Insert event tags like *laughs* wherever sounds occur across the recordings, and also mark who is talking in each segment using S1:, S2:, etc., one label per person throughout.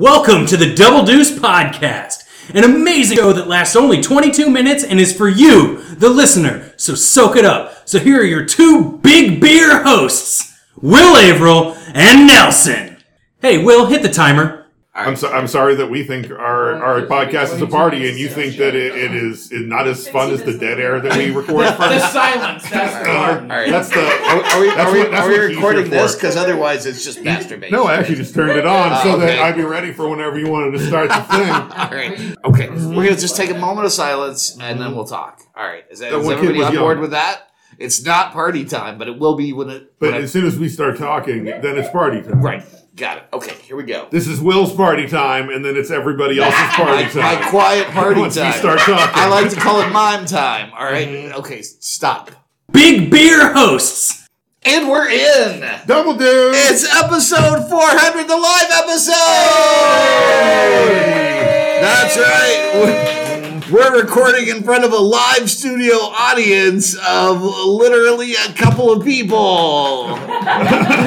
S1: Welcome to the Double Deuce Podcast, an amazing show that lasts only 22 minutes and is for you, the listener. So soak it up. So here are your two big beer hosts, Will Averill and Nelson. Hey, Will, hit the timer.
S2: I'm so, I'm sorry that we think our, our podcast is a party and you think that it, it is it not as fun as the dead air that *laughs* we record
S3: The
S2: first.
S3: silence. That's
S4: *laughs*
S3: the
S2: Uh,
S3: part.
S4: right.
S2: That's
S4: Are,
S2: the.
S4: are we,
S2: That's
S4: are we,
S2: what- that's
S4: are we
S2: what he's
S4: recording
S2: here for.
S4: this? Because otherwise, it's just masturbation.
S2: No, I actually just turned it on so
S4: Ah,
S2: that
S4: okay.
S2: I'd be ready for whenever you wanted to start the thing.
S4: All right. Okay. We're gonna just take a moment of silence and then we'll talk. All right. Is, that,
S2: That
S4: is
S2: one kid
S4: everybody
S2: was
S4: on
S2: young.
S4: board with that? It's not party time, but it will be when it.
S2: But
S4: when I-
S2: as soon as we start talking, then it's party time.
S4: right. Got it. Okay. Here we go.
S2: This is Will's party time, and then it's everybody else's party
S4: *laughs* My, my
S2: time. *laughs*
S4: quiet party
S2: Once we
S4: time.
S2: start talking, Mm-hmm.
S4: I like to call it mime time. All right. Okay. s- Stop.
S1: Big beer hosts.
S4: And we're in.
S2: double dude.
S4: It's episode 400, the live episode! That's right. We're- We're recording in front of a live studio audience of literally a couple of people.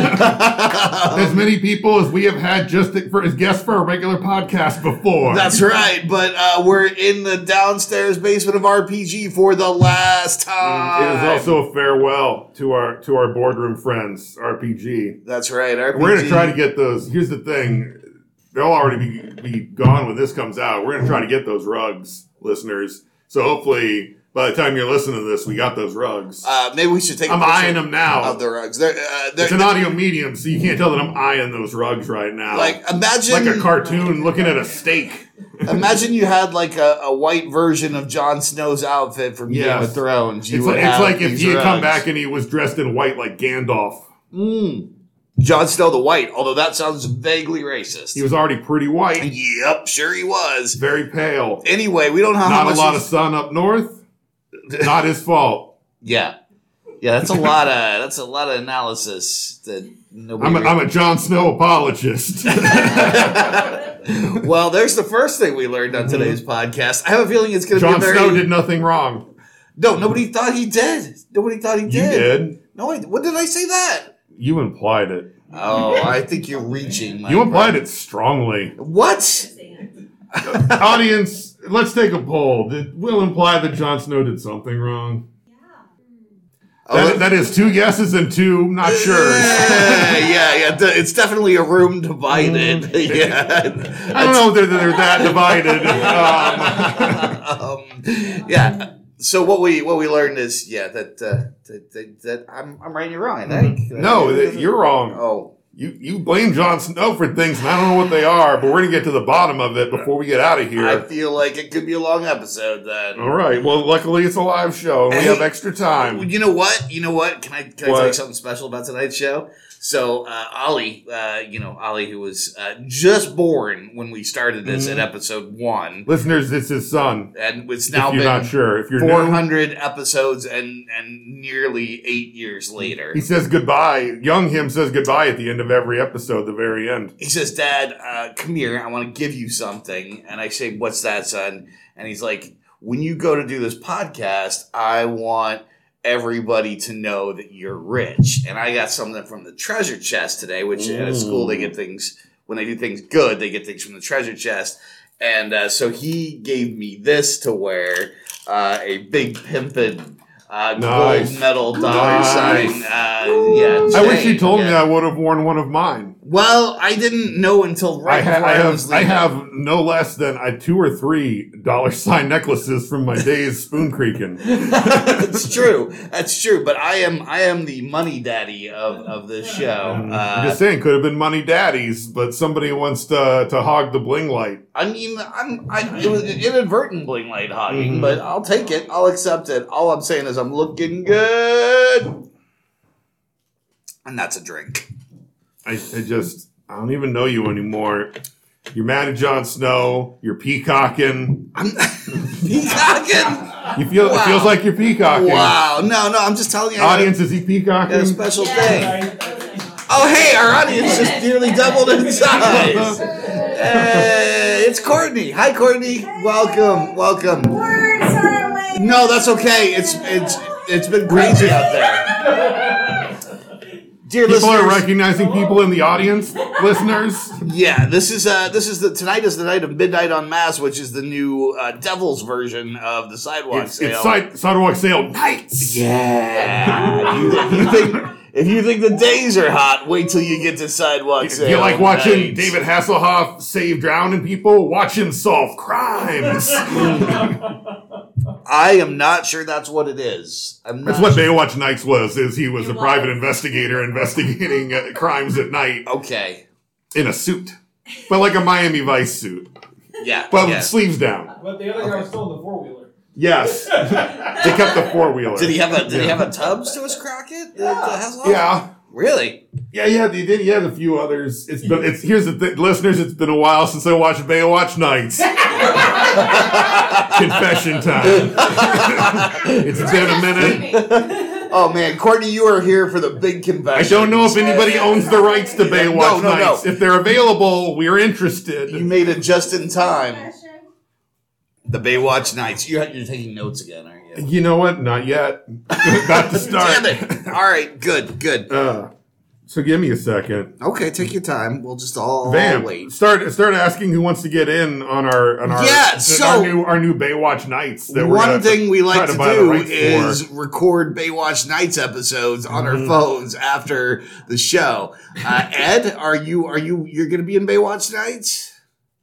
S2: as many people as we have had just for as guests for a regular podcast before.
S4: That's right, but uh, we're in the downstairs basement of RPG for the last time.
S2: It is also a farewell to our to our boardroom friends, RPG.
S4: That's right. RPG.
S2: We're gonna try to get those. Here's the thing: they'll already be, be gone when this comes out. We're gonna try to get those rugs, listeners. So hopefully, by the time you're listening to this, we got those rugs.
S4: Uh, maybe we should take.
S2: I'm
S4: a picture
S2: eyeing them now.
S4: of the rugs. They're, uh, they're,
S2: it's an audio medium, so you can't tell that I'm eyeing those rugs right now,
S4: like imagine
S2: Like a cartoon looking at a steak.
S4: Imagine you had like a, a white version of Jon Snow's outfit from Game
S2: Yes.
S4: of Thrones. You
S2: It's
S4: would
S2: like, it's
S4: have
S2: like if
S4: these
S2: he had come
S4: rugs.
S2: back and he was dressed in white like Gandalf.
S4: Mm. Jon Snow the White, although that sounds vaguely racist.
S2: He was already pretty white,
S4: yep, sure he was.
S2: very pale.
S4: Anyway, we don't know how
S2: Not a
S4: much.
S2: lot of
S4: he's-
S2: sun up north. Not his fault.
S4: *laughs* yeah, yeah. That's a lot of that's a lot of analysis that nobody.
S2: I'm a, I'm a Jon Snow
S4: *laughs*
S2: apologist. *laughs*
S4: well, there's the first thing we learned on today's podcast. I have a feeling it's going to be a
S2: Mm-hmm. Jon
S4: very.
S2: Snow did nothing wrong.
S4: No, nobody thought he did. Nobody thought he did.
S2: You did.
S4: No, I, what did I say that?
S2: You implied it. *laughs*
S4: Oh, I think you're reaching. My
S2: You implied it
S4: *laughs*
S2: strongly.
S4: What?
S2: Audience, let's take a poll. Did Will imply that Jon Snow did something wrong?
S4: Oh,
S2: That, that is two yeses and two not sure.
S4: Yeah, yeah, yeah. de- It's definitely a room divided. *laughs* Yeah.
S2: Mm. I don't know if they're, they're that
S4: *laughs*
S2: divided. Um,
S4: um, yeah. So what we what we learned is yeah that uh, that, that, that I'm I'm right and you're wrong. I think.
S2: no, that- you're wrong.
S4: Oh.
S2: You you blame Jon Snow for things, and I don't know what they are, but we're going to get to the bottom of it before we get out of here.
S4: I feel like it could be a long episode then.
S2: All right. Well, luckily it's a live show. and We
S4: Hey.
S2: have extra time.
S4: You know what? You know what? Can I can I
S2: What?
S4: tell you something special about tonight's show? So uh, Ollie, uh, you know Ollie, who was uh, just born when we started this at episode one,
S2: Listeners, it's his son.
S4: and it's
S2: Mm-hmm. If
S4: now
S2: you're
S4: been
S2: not sure, if you're new,
S4: 400 episodes and and nearly eight years later
S2: he says goodbye. Young him says goodbye at the end of every episode, the very end.
S4: he says dad uh, come here i want to give you something and i say what's that son and he's like when you go to do this podcast i want everybody to know that you're rich and i got something from the treasure chest today which at a school they get things when they do things good they get things from the treasure chest and uh, so he gave me this to wear uh, a big pimpin uh,
S2: Nice.
S4: gold medal dollar
S2: Nice.
S4: sign uh, yeah
S2: I wish
S4: chain.
S2: you told me
S4: Yeah.
S2: I would have worn one of mine.
S4: Well, I didn't know until right
S2: I, ha-
S4: before
S2: I
S4: I,
S2: have
S4: was
S2: I
S4: leaving.
S2: have no less than uh two or three dollar *laughs* sign necklaces from
S4: *laughs*
S2: my days spoon creaking.
S4: *laughs* That's
S2: *laughs*
S4: true. That's true. But I am I am the money daddy of of this show.
S2: Mm-hmm.
S4: Uh,
S2: I'm just saying, could have been money daddies, but somebody wants to to hog the bling light.
S4: I mean, I'm I, it was inadvertent bling light hogging,
S2: Mm-hmm.
S4: but I'll take it. I'll accept it. All I'm saying is I'm looking good, and that's a drink.
S2: I, I just I don't even know you anymore. You're mad at Jon Snow. You're peacocking.
S4: I'm *laughs* peacocking.
S2: You feel it
S4: Wow.
S2: feels like you're peacocking.
S4: Wow. No, no. I'm just telling you. I got-
S2: Audience, is he
S4: got a
S2: peacocking?
S4: special thing. Oh, hey, our audience just nearly doubled in
S2: *laughs*
S4: size.
S2: Uh,
S4: Hey, it's Courtney. Hi, Courtney. Welcome, welcome. No, that's okay. It's it's it's been crazy out there. dear
S2: People are
S4: listeners.
S2: recognizing people in the audience, listeners.
S4: yeah, this is uh, this is the tonight is the night of midnight on mass, which is the new uh, Devil's version of the sidewalk
S2: It's,
S4: sale.
S2: it's side, sidewalk sale nights. *laughs*
S4: yeah, you, you think if you think the days are hot, wait till you get to sidewalk
S2: If
S4: sale.
S2: you like watching
S4: nights.
S2: David Hasselhoff save drowning people, watch him solve crimes.
S4: I am not sure that's what it is. I'm
S2: That's
S4: not
S2: what
S4: sure.
S2: Baywatch Nights was. Is he was
S3: It
S2: a private
S3: was.
S2: investigator investigating uh, crimes at night
S4: Okay.
S2: in a suit, but like a Miami Vice suit,
S4: Yeah.
S2: but
S4: yeah.
S2: with sleeves down.
S5: But the other guy was still in the four wheeler.
S2: Yes, they kept the four wheeler.
S4: Did he have a Did he have a Tubbs to his Crockett? The- the Hasselhoff?
S2: Yeah.
S4: Really?
S2: Yeah, yeah, they did. Yeah, a few others. It's been. It's here's the thing, listeners. It's been a while since I watched Baywatch
S4: *laughs*
S2: Nights.
S4: *laughs*
S2: Confession time. it's been a minute.
S4: Oh man, Courtney, you are here for the big
S2: I
S4: confession.
S2: don't know if anybody owns the rights to
S4: No,
S2: Baywatch
S4: no, no.
S2: Nights. If they're available, we're interested.
S4: You made it just in time. The Baywatch Nights. You're, you're taking notes again, aren't you?
S2: You know what? Not yet. *laughs* About to start.
S4: Damn it! All right, good, good.
S2: Uh, so give me a second.
S4: Okay, take your time. We'll just all
S2: Bam!
S4: wait.
S2: Start start asking who wants to get in on our on our
S4: Yeah,
S2: th-
S4: so-
S2: our new our new Baywatch Nights. That we're
S4: One
S2: gonna
S4: thing we
S2: try
S4: like to,
S2: buy the
S4: do
S2: rights for.
S4: is record Baywatch Nights episodes on
S2: Mm-hmm.
S4: our phones after the show. Uh, Ed, are you are you you're going to be in Baywatch Nights?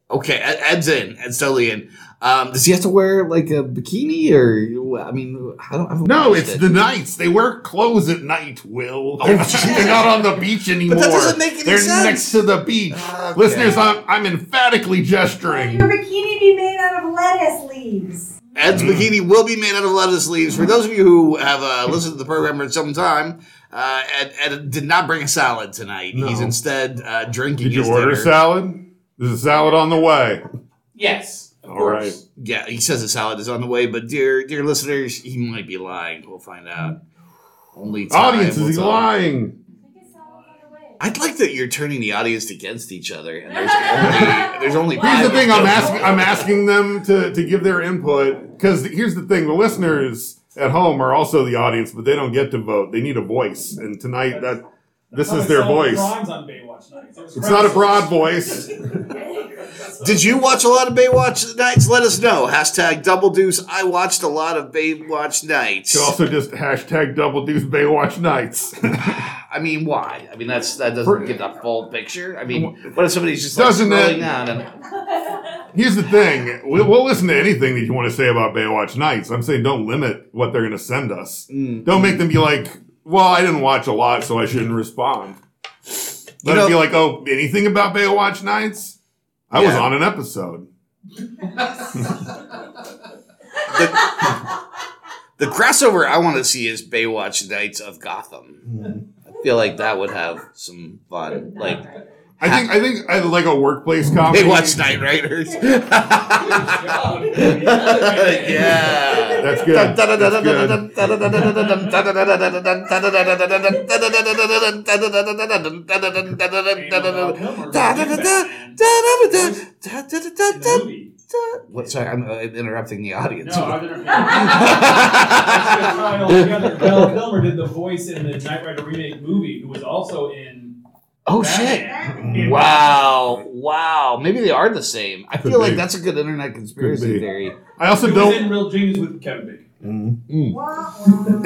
S4: Okay, Ed- Ed's in. Ed's totally in. Um, does he have to wear like a bikini or I mean I don't. I haven't
S2: No,
S4: watched
S2: it's
S4: it.
S2: the nights. They wear clothes at night, Will.
S4: Oh,
S2: They're,
S4: shit.
S2: they're not on the beach anymore.
S4: doesn't make any
S2: They're
S4: sense.
S2: next to the beach.
S4: Okay.
S2: Listeners, I'm, I'm emphatically gesturing.
S3: Your bikini be made out of lettuce leaves.
S4: Ed's
S2: Mm.
S4: bikini will be made out of lettuce leaves. For those of you who have uh, listened to the program for some time, uh, Ed, Ed did not bring a salad tonight.
S2: No.
S4: He's instead uh, drinking.
S2: Did you
S4: his
S2: order
S4: dinner.
S2: salad? There's a salad on the way.
S5: Yes. Of
S2: All
S5: course.
S2: right.
S4: Yeah, he says a salad is on the way, but dear dear listeners, he might be lying. We'll find out. Only time
S2: Audience,
S4: will
S2: is he
S4: tell.
S2: lying?
S4: I'd like that you're turning the audience against each other, and there's only there's only.
S2: Here's
S4: five
S2: the thing. I'm
S4: of us.
S2: asking. I'm asking them to to give their input because here's the thing. The listeners at home are also the audience, but they don't get to vote. They need a voice, and tonight that this
S5: How
S2: is
S5: they
S2: their
S5: sell
S2: voice.
S5: Crimes on Baywatch nights. It was
S2: It's not a
S5: crime. *laughs*
S2: broad voice. *laughs*
S4: Did you watch a lot of Baywatch nights? Let us know. Hashtag Double Deuce. I watched a lot of Baywatch nights.
S2: You also just hashtag double deuce Baywatch nights. *laughs*
S4: I mean, why? I mean, that's that doesn't
S2: For-
S4: give the full picture. I mean, what if somebody's just
S2: Doesn't
S4: like, scrolling
S2: it-
S4: down and
S2: Here's the thing we'll, we'll listen to anything that you want to say about Baywatch nights. I'm saying don't limit what they're going to send us.
S4: Mm.
S2: Don't make them be like, well, I didn't watch a lot, so I shouldn't respond. Let
S4: know-
S2: it be like, oh, anything about Baywatch nights? I was
S4: Yeah.
S2: on an episode.
S4: the, the crossover I want to see is Baywatch Nights of
S2: Mm-hmm.
S4: Gotham. I feel like that would have some fun, like
S2: I think I think I like a workplace comedy.
S4: Baywatch Night Riders. yeah.
S2: That's good. That's good.
S5: It's a movie.
S4: What? Sorry, I'm uh, interrupting the audience.
S5: No, I've never. Val Kilmer did the voice in the Knight Rider remake movie, who was also in.
S4: oh shit!
S5: Batman. In-
S4: Wow, wow. Maybe they are the same. I
S2: Could
S4: feel like
S2: be.
S4: that's a good internet
S2: Could
S4: conspiracy
S2: be.
S4: theory.
S2: I also
S5: He
S2: don't
S5: was in Real Genius with Kevin Bacon.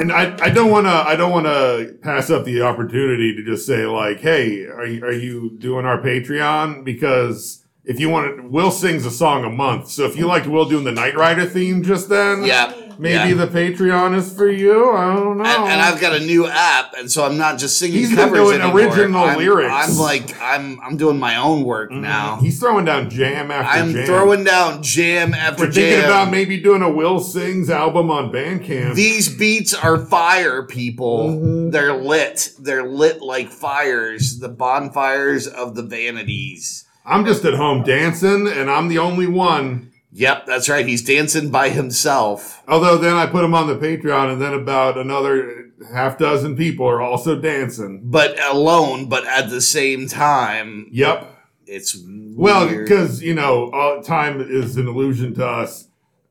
S2: And I, I don't want to I don't want to pass up the opportunity to just say like, hey, are you, are you doing our Patreon? Because if you want, to, Will sings a song a month. So if you liked Will doing the Knight Rider theme just then,
S4: Yeah.
S2: maybe
S4: yeah.
S2: the Patreon is for you. I don't know.
S4: And, and I've got a new app, and so I'm not just singing
S2: He's been
S4: covers
S2: doing
S4: anymore.
S2: original
S4: I'm,
S2: lyrics. Mm-hmm.
S4: I'm like, I'm I'm doing my own work now.
S2: He's throwing down jam after
S4: I'm
S2: jam.
S4: throwing down jam after
S2: We're
S4: jam.
S2: thinking about maybe doing a Will sings album on Bandcamp.
S4: These beats are fire, people.
S2: Mm-hmm.
S4: They're lit. They're lit like fires, the bonfires of the vanities.
S2: I'm just at home dancing, and I'm the only one.
S4: Yep, that's right. He's dancing by himself.
S2: Although then I put them on the Patreon, and then about another half dozen people are also dancing.
S4: but alone, but at the same time,
S2: Yep.
S4: it's
S2: Well,
S4: weird.
S2: because you know, all, time is an illusion to us,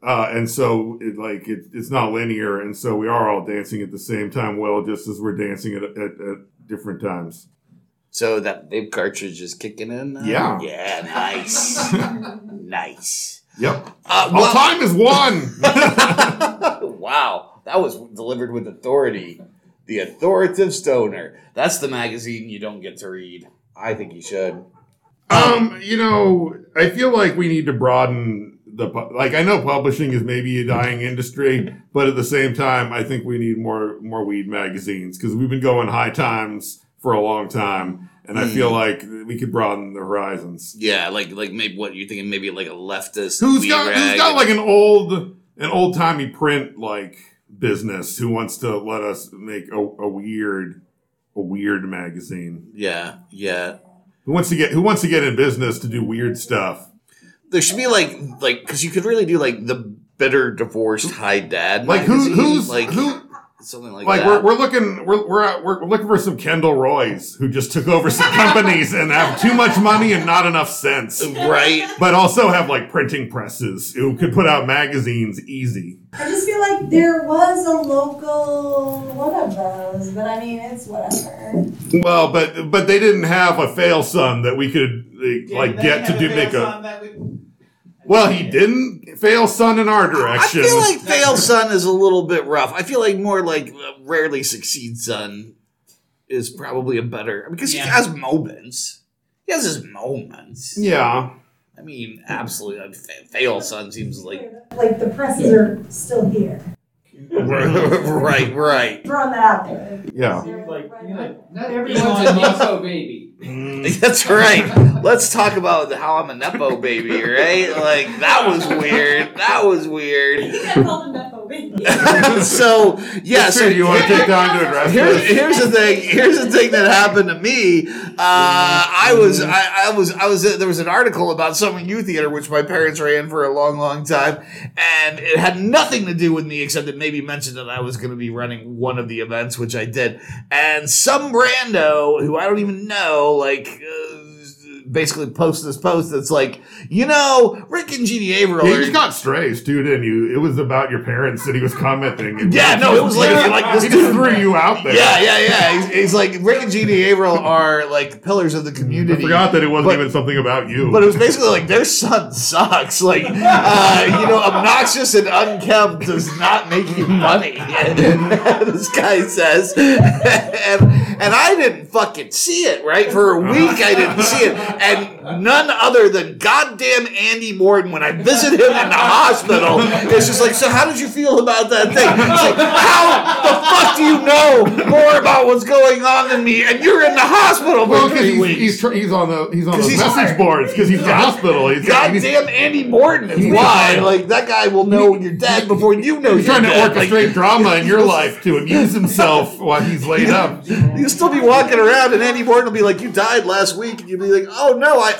S2: uh, and so it, like it, it's not linear, and so we are all dancing at the same time. Well, just as we're dancing at, at, at different times.
S4: So that vape cartridge is kicking in. now?
S2: Yeah.
S4: Yeah.
S2: *laughs*
S4: Nice. nice. *laughs*
S2: Yep.
S4: Uh,
S2: Well, time is one.
S4: *laughs* wow, that was delivered with authority. The authoritative stoner. That's the magazine you don't get to read. I think you should.
S2: um, you know, I feel like we need to broaden the pu- like. I know publishing is maybe a dying industry, but at the same time, I think we need more more weed magazines because we've been going high times for a long time, and I
S4: Hmm.
S2: feel like we could broaden the horizons.
S4: Yeah, like like maybe what you're thinking, maybe like a leftist.
S2: Who's
S4: wee
S2: got who's
S4: rag.
S2: got like an old an old timey print like business who wants to let us make a, a weird a weird magazine?
S4: yeah, yeah.
S2: Who wants to get who wants to get in business to do weird stuff?
S4: There should be like like because you could really do like the bitter divorced high dad.
S2: Like who
S4: magazine,
S2: who's
S4: like
S2: who
S4: something like,
S2: like,
S4: that.
S2: we're, we're looking we're, we're out- we're looking for some Kendall Roys who just took
S4: *laughs*
S2: over some companies and have too much money and not enough sense.
S4: right.
S2: But also have like printing presses who could put out magazines easy.
S3: I just feel like there was a local one of those, but I mean, it's whatever.
S2: Well, but but they didn't have a fail son that we could like, like get to do make a. Well, he didn't fail son in our direction.
S4: I feel like fail son is a little bit rough. I feel like more like uh, rarely succeed son is probably a better because he
S5: Yeah.
S4: has moments. He has his moments.
S2: yeah,
S4: I mean, absolutely. uh, fa- Fail son seems like
S3: Like the presses are still here.
S4: *laughs* right, right.
S3: Throwing that out there.
S2: yeah.
S5: Seems like, you know,
S6: Not everyone's a Nepo baby.
S4: That's
S6: *laughs*
S4: right. Let's talk about how I'm a nepo baby, right? Like that was weird. That was weird. *laughs*
S3: got called a nepo baby.
S2: *laughs*
S4: so yeah,
S2: Sure,
S4: so
S2: you
S4: *laughs*
S2: want to take time to address *laughs*
S4: Here's,
S2: this?
S4: here's the thing. Here's the thing that happened to me. Uh, I was,
S2: Mm-hmm.
S4: I, I was, I was. There was an article about Summer U Theater, which my parents ran for a long, long time, and it had nothing to do with me except it maybe mentioned that I was going to be running one of the events, which I did. And some Brando, who I don't even know, like. Uh, Basically, post this post that's like, you know, Rick and Jeannie Averill.
S2: Yeah,
S4: are-
S2: you just got strays too, didn't you? It was about your parents that he was commenting.
S4: Yeah, no, it was like-
S2: he
S4: like this
S2: he just
S4: dude-
S2: threw you out there.
S4: yeah, yeah, yeah. He's, he's like Rick and Jeannie Averill are like pillars of the
S2: Mm, I
S4: community.
S2: forgot that it wasn't
S4: But-
S2: even something about you.
S4: But it was basically like their son sucks. Like uh, you know, obnoxious and unkempt does not make you money. *laughs* this guy says, and and I didn't fucking see it. Right for a week, I didn't see it, and none other than goddamn Andy Morton when I visit him in the hospital. It's just like, so how did you feel about that thing? It's like, how the fuck do you know more about what's going on than me? And you're in the hospital for
S2: well, because
S4: three
S2: he's,
S4: weeks.
S2: he's, tr- he's on the he's on
S4: 'Cause
S2: the
S4: he's
S2: message
S4: hurt.
S2: boards because he's in the hospital. *laughs* He's got- he's-
S4: Goddamn Andy Morton is
S2: He's
S4: why.
S2: trying-
S4: Like that guy will know you're dead before you know
S2: He's
S4: you're
S2: trying to
S4: dead. Like,
S2: orchestrate drama in your life to *laughs* amuse himself while he's laid
S4: *laughs*
S2: up.
S4: you'll still be walking around, and Andy Morton will be like, "You died last week," and you'll be like, "Oh no, I,"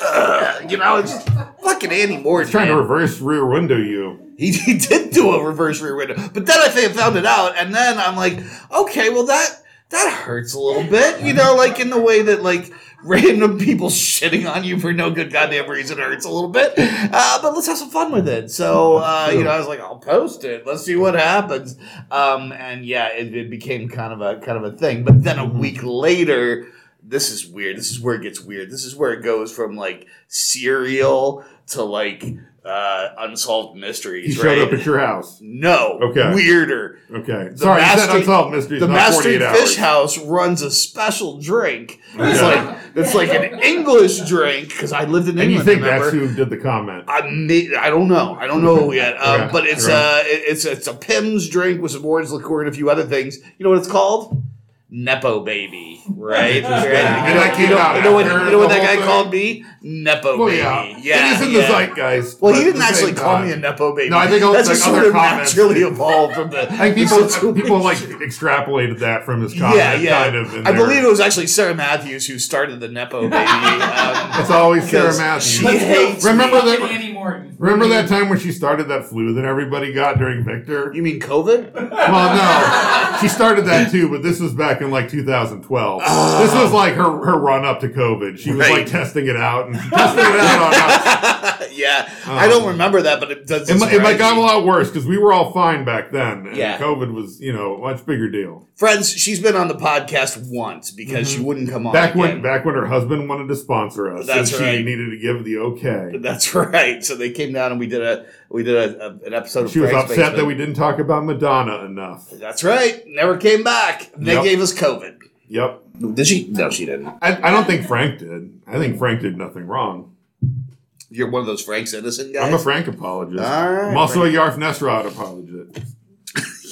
S4: uh, you know, it's just fucking Andy Morton.
S2: He's trying to
S4: man.
S2: reverse rear window you.
S4: he, *laughs* he did do a reverse rear window, but then I fa- found it out, and then I'm like, okay, well that that hurts a little bit, you know, like in the way that like random people *laughs* shitting on you for no good goddamn reason hurts a little bit. Uh, but let's have some fun with it. So uh, you know, I was like, I'll post it. Let's see what happens. Um, and yeah, it, it became kind of a kind of a thing. But then a week later. This is weird. This is where it gets weird. This is where it goes from like serial to like uh, unsolved mysteries.
S2: He showed
S4: right?
S2: up at your house.
S4: No.
S2: Okay.
S4: Weirder.
S2: Okay. Sorry, you said
S4: Master-
S2: unsolved mysteries.
S4: the
S2: not
S4: Master
S2: 48 hours.
S4: Fish House runs a special drink. It's
S2: Okay.
S4: like it's like an English drink because I lived in
S2: And you
S4: England.
S2: think
S4: remember?
S2: that's who did the comment?
S4: I may, I don't know. I don't know yet. Um,
S2: Okay.
S4: But it's
S2: Okay.
S4: uh, it- it's it's a Pim's drink with some orange liqueur and a few other things. You know what it's called? Nepo baby,
S2: *laughs*
S4: right? Right.
S2: And that
S4: You
S2: came
S4: know,
S2: out
S4: you know what?
S2: after
S4: You know what
S2: the
S4: that guy
S2: whole thing?
S4: called me? Nepo
S2: Well,
S4: baby.
S2: yeah.
S4: Yeah.
S2: it is in
S4: yeah.
S2: the zeitgeist.
S4: Well,
S2: but
S4: he
S2: at
S4: didn't
S2: the
S4: actually
S2: same
S4: call
S2: time-
S4: me a nepo baby.
S2: No, I think
S4: that's
S2: like
S4: just
S2: other
S4: sort of
S2: comments.
S4: naturally evolved from the. *laughs*
S2: *laughs* I think people
S4: situation.
S2: people like extrapolated that from his *laughs* comment.
S4: yeah, yeah.
S2: Kind of. in
S4: I
S2: their-
S4: believe it was actually Sarah Matthews who started the nepo baby. Um,
S2: It's always Sarah
S4: because
S2: Matthews.
S4: She hates. me.
S2: Remember that?
S5: Andy Morton.
S2: Remember that time when she started that flu that everybody got during Victor?
S4: You mean COVID? *laughs*
S2: Well, no, she started that too, but this was back in like 2012. This was like her her run up to COVID. She was
S4: Right. *laughs*
S2: *laughs* like testing it out and she tested it out on us.
S4: yeah, I don't remember that, but it does.
S2: Oh. It, mi- it might
S4: surprise
S2: got a
S4: me.
S2: lot worse because we were all fine back then, and
S4: Yeah.
S2: COVID was, you know, a much bigger deal.
S4: Friends, she's been on the podcast once because she wouldn't come on.
S2: Mm-hmm. Back when,
S4: again. *laughs*
S2: back when her husband wanted to sponsor us,
S4: That's
S2: and she
S4: right.
S2: needed to give the okay.
S4: That's right. So they came down and we did a we did a, a- an episode. of
S2: She was
S4: Frank's
S2: upset
S4: Basement.
S2: that we didn't talk about Madonna enough.
S4: That's right. Never came back. They
S2: Yep.
S4: gave us COVID.
S2: Yep,
S4: Did she? No, she didn't.
S2: I, I don't think Frank did. I think Frank did nothing wrong.
S4: You're one of those Frank's innocent guys.
S2: I'm a Frank apologist.
S4: All right,
S2: I'm also a Yarf Nesrod apologist.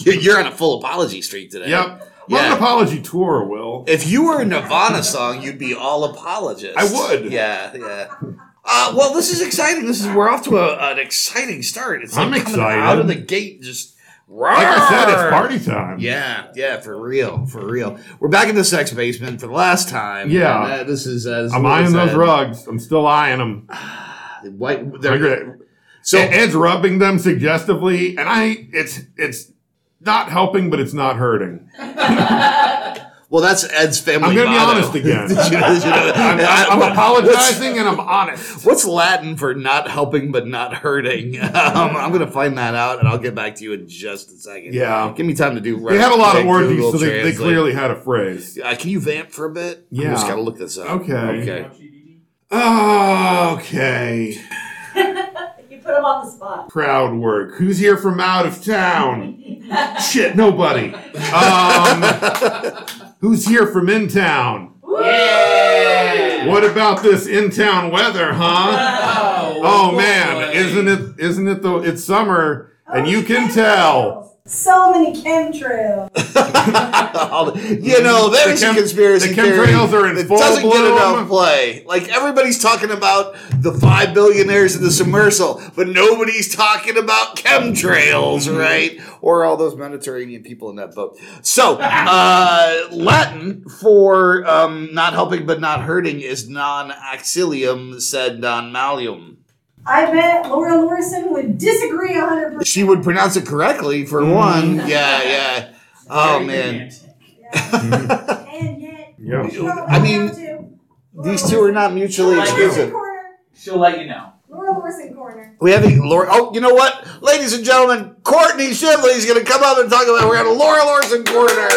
S4: You're on a full apology streak today.
S2: Yep, I'm on
S4: Yeah.
S2: an apology tour. Will
S4: If you were a Nirvana song, you'd be all apologist.
S2: I would.
S4: Yeah, yeah. Uh, well, this is exciting. This is we're off to a, an exciting start. It's like
S2: I'm
S4: coming
S2: excited.
S4: out of the gate. Just
S2: like I said, it's party time.
S4: Yeah, yeah, for real, for real. We're back in the sex basement for the last time.
S2: Yeah.
S4: And, uh, this is. Uh, this is
S2: I'm
S4: what it
S2: eyeing those
S4: said.
S2: rugs. I'm still eyeing them.
S4: White, they're-
S2: They're-
S4: so
S2: Ed- Ed's rubbing them suggestively, and I it's it's not helping, but it's not hurting.
S4: Well, that's Ed's family.
S2: I'm gonna be
S4: motto.
S2: honest
S4: *laughs*
S2: again.
S4: Did you- did you know- *laughs*
S2: I'm, I'm- I'm
S4: What-
S2: apologizing and I'm honest.
S4: What's Latin for not helping but not hurting? *laughs* Um, I'm going to find that out, and I'll get back to you in just a second.
S2: Yeah.
S4: give me time to do.
S2: They had a lot of
S4: quick
S2: orgies,
S4: Google
S2: so they, they
S4: Translate.
S2: clearly had a phrase.
S4: Uh, can you vamp for a bit?
S2: Yeah.
S4: I'm just got to look this up.
S2: Okay.
S4: Okay.
S2: Okay,
S3: You put him on the spot.
S2: proud work. Who's here from out of town? Shit, nobody. Um, who's here from in town?
S6: Yeah.
S2: What about this in town weather, huh?
S6: Oh,
S2: Oh
S6: boy.
S2: man, isn't it? Isn't it though? It's summer, and you can tell.
S3: Oh, So many chemtrails.
S4: All the- *laughs* you know, there's
S2: The chem-
S4: a conspiracy
S2: the
S4: theory
S2: chemtrails are in
S4: that
S2: full
S4: doesn't get
S2: bloom.
S4: enough play. Like everybody's talking about the five billionaires in the submersible, but nobody's talking about chemtrails, right? Or all those Mediterranean people in that boat.
S2: *laughs*
S4: So, uh, Latin for um, not helping but not hurting is non axilium sed non malium.
S3: I bet Laura Lorison would disagree 100%.
S4: She would pronounce it correctly for
S2: Mm-hmm.
S4: one. Yeah, yeah. Oh
S5: Very
S4: *laughs* man.
S5: romantic.
S3: Yeah.
S2: Mm-hmm. *laughs*
S3: and yet,
S2: Yeah.
S3: you know what
S4: I mean,
S3: down to? Laura
S4: These two are
S3: Lorison.
S4: not mutually
S3: Laura Lorison
S4: exclusive.
S3: corner.
S5: She'll let you know.
S3: Laura Lorison corner.
S4: We have a Laura. Oh, you know what, ladies and gentlemen, Courtney Shively's going to come up and talk about. We're at a Laura Larson corner.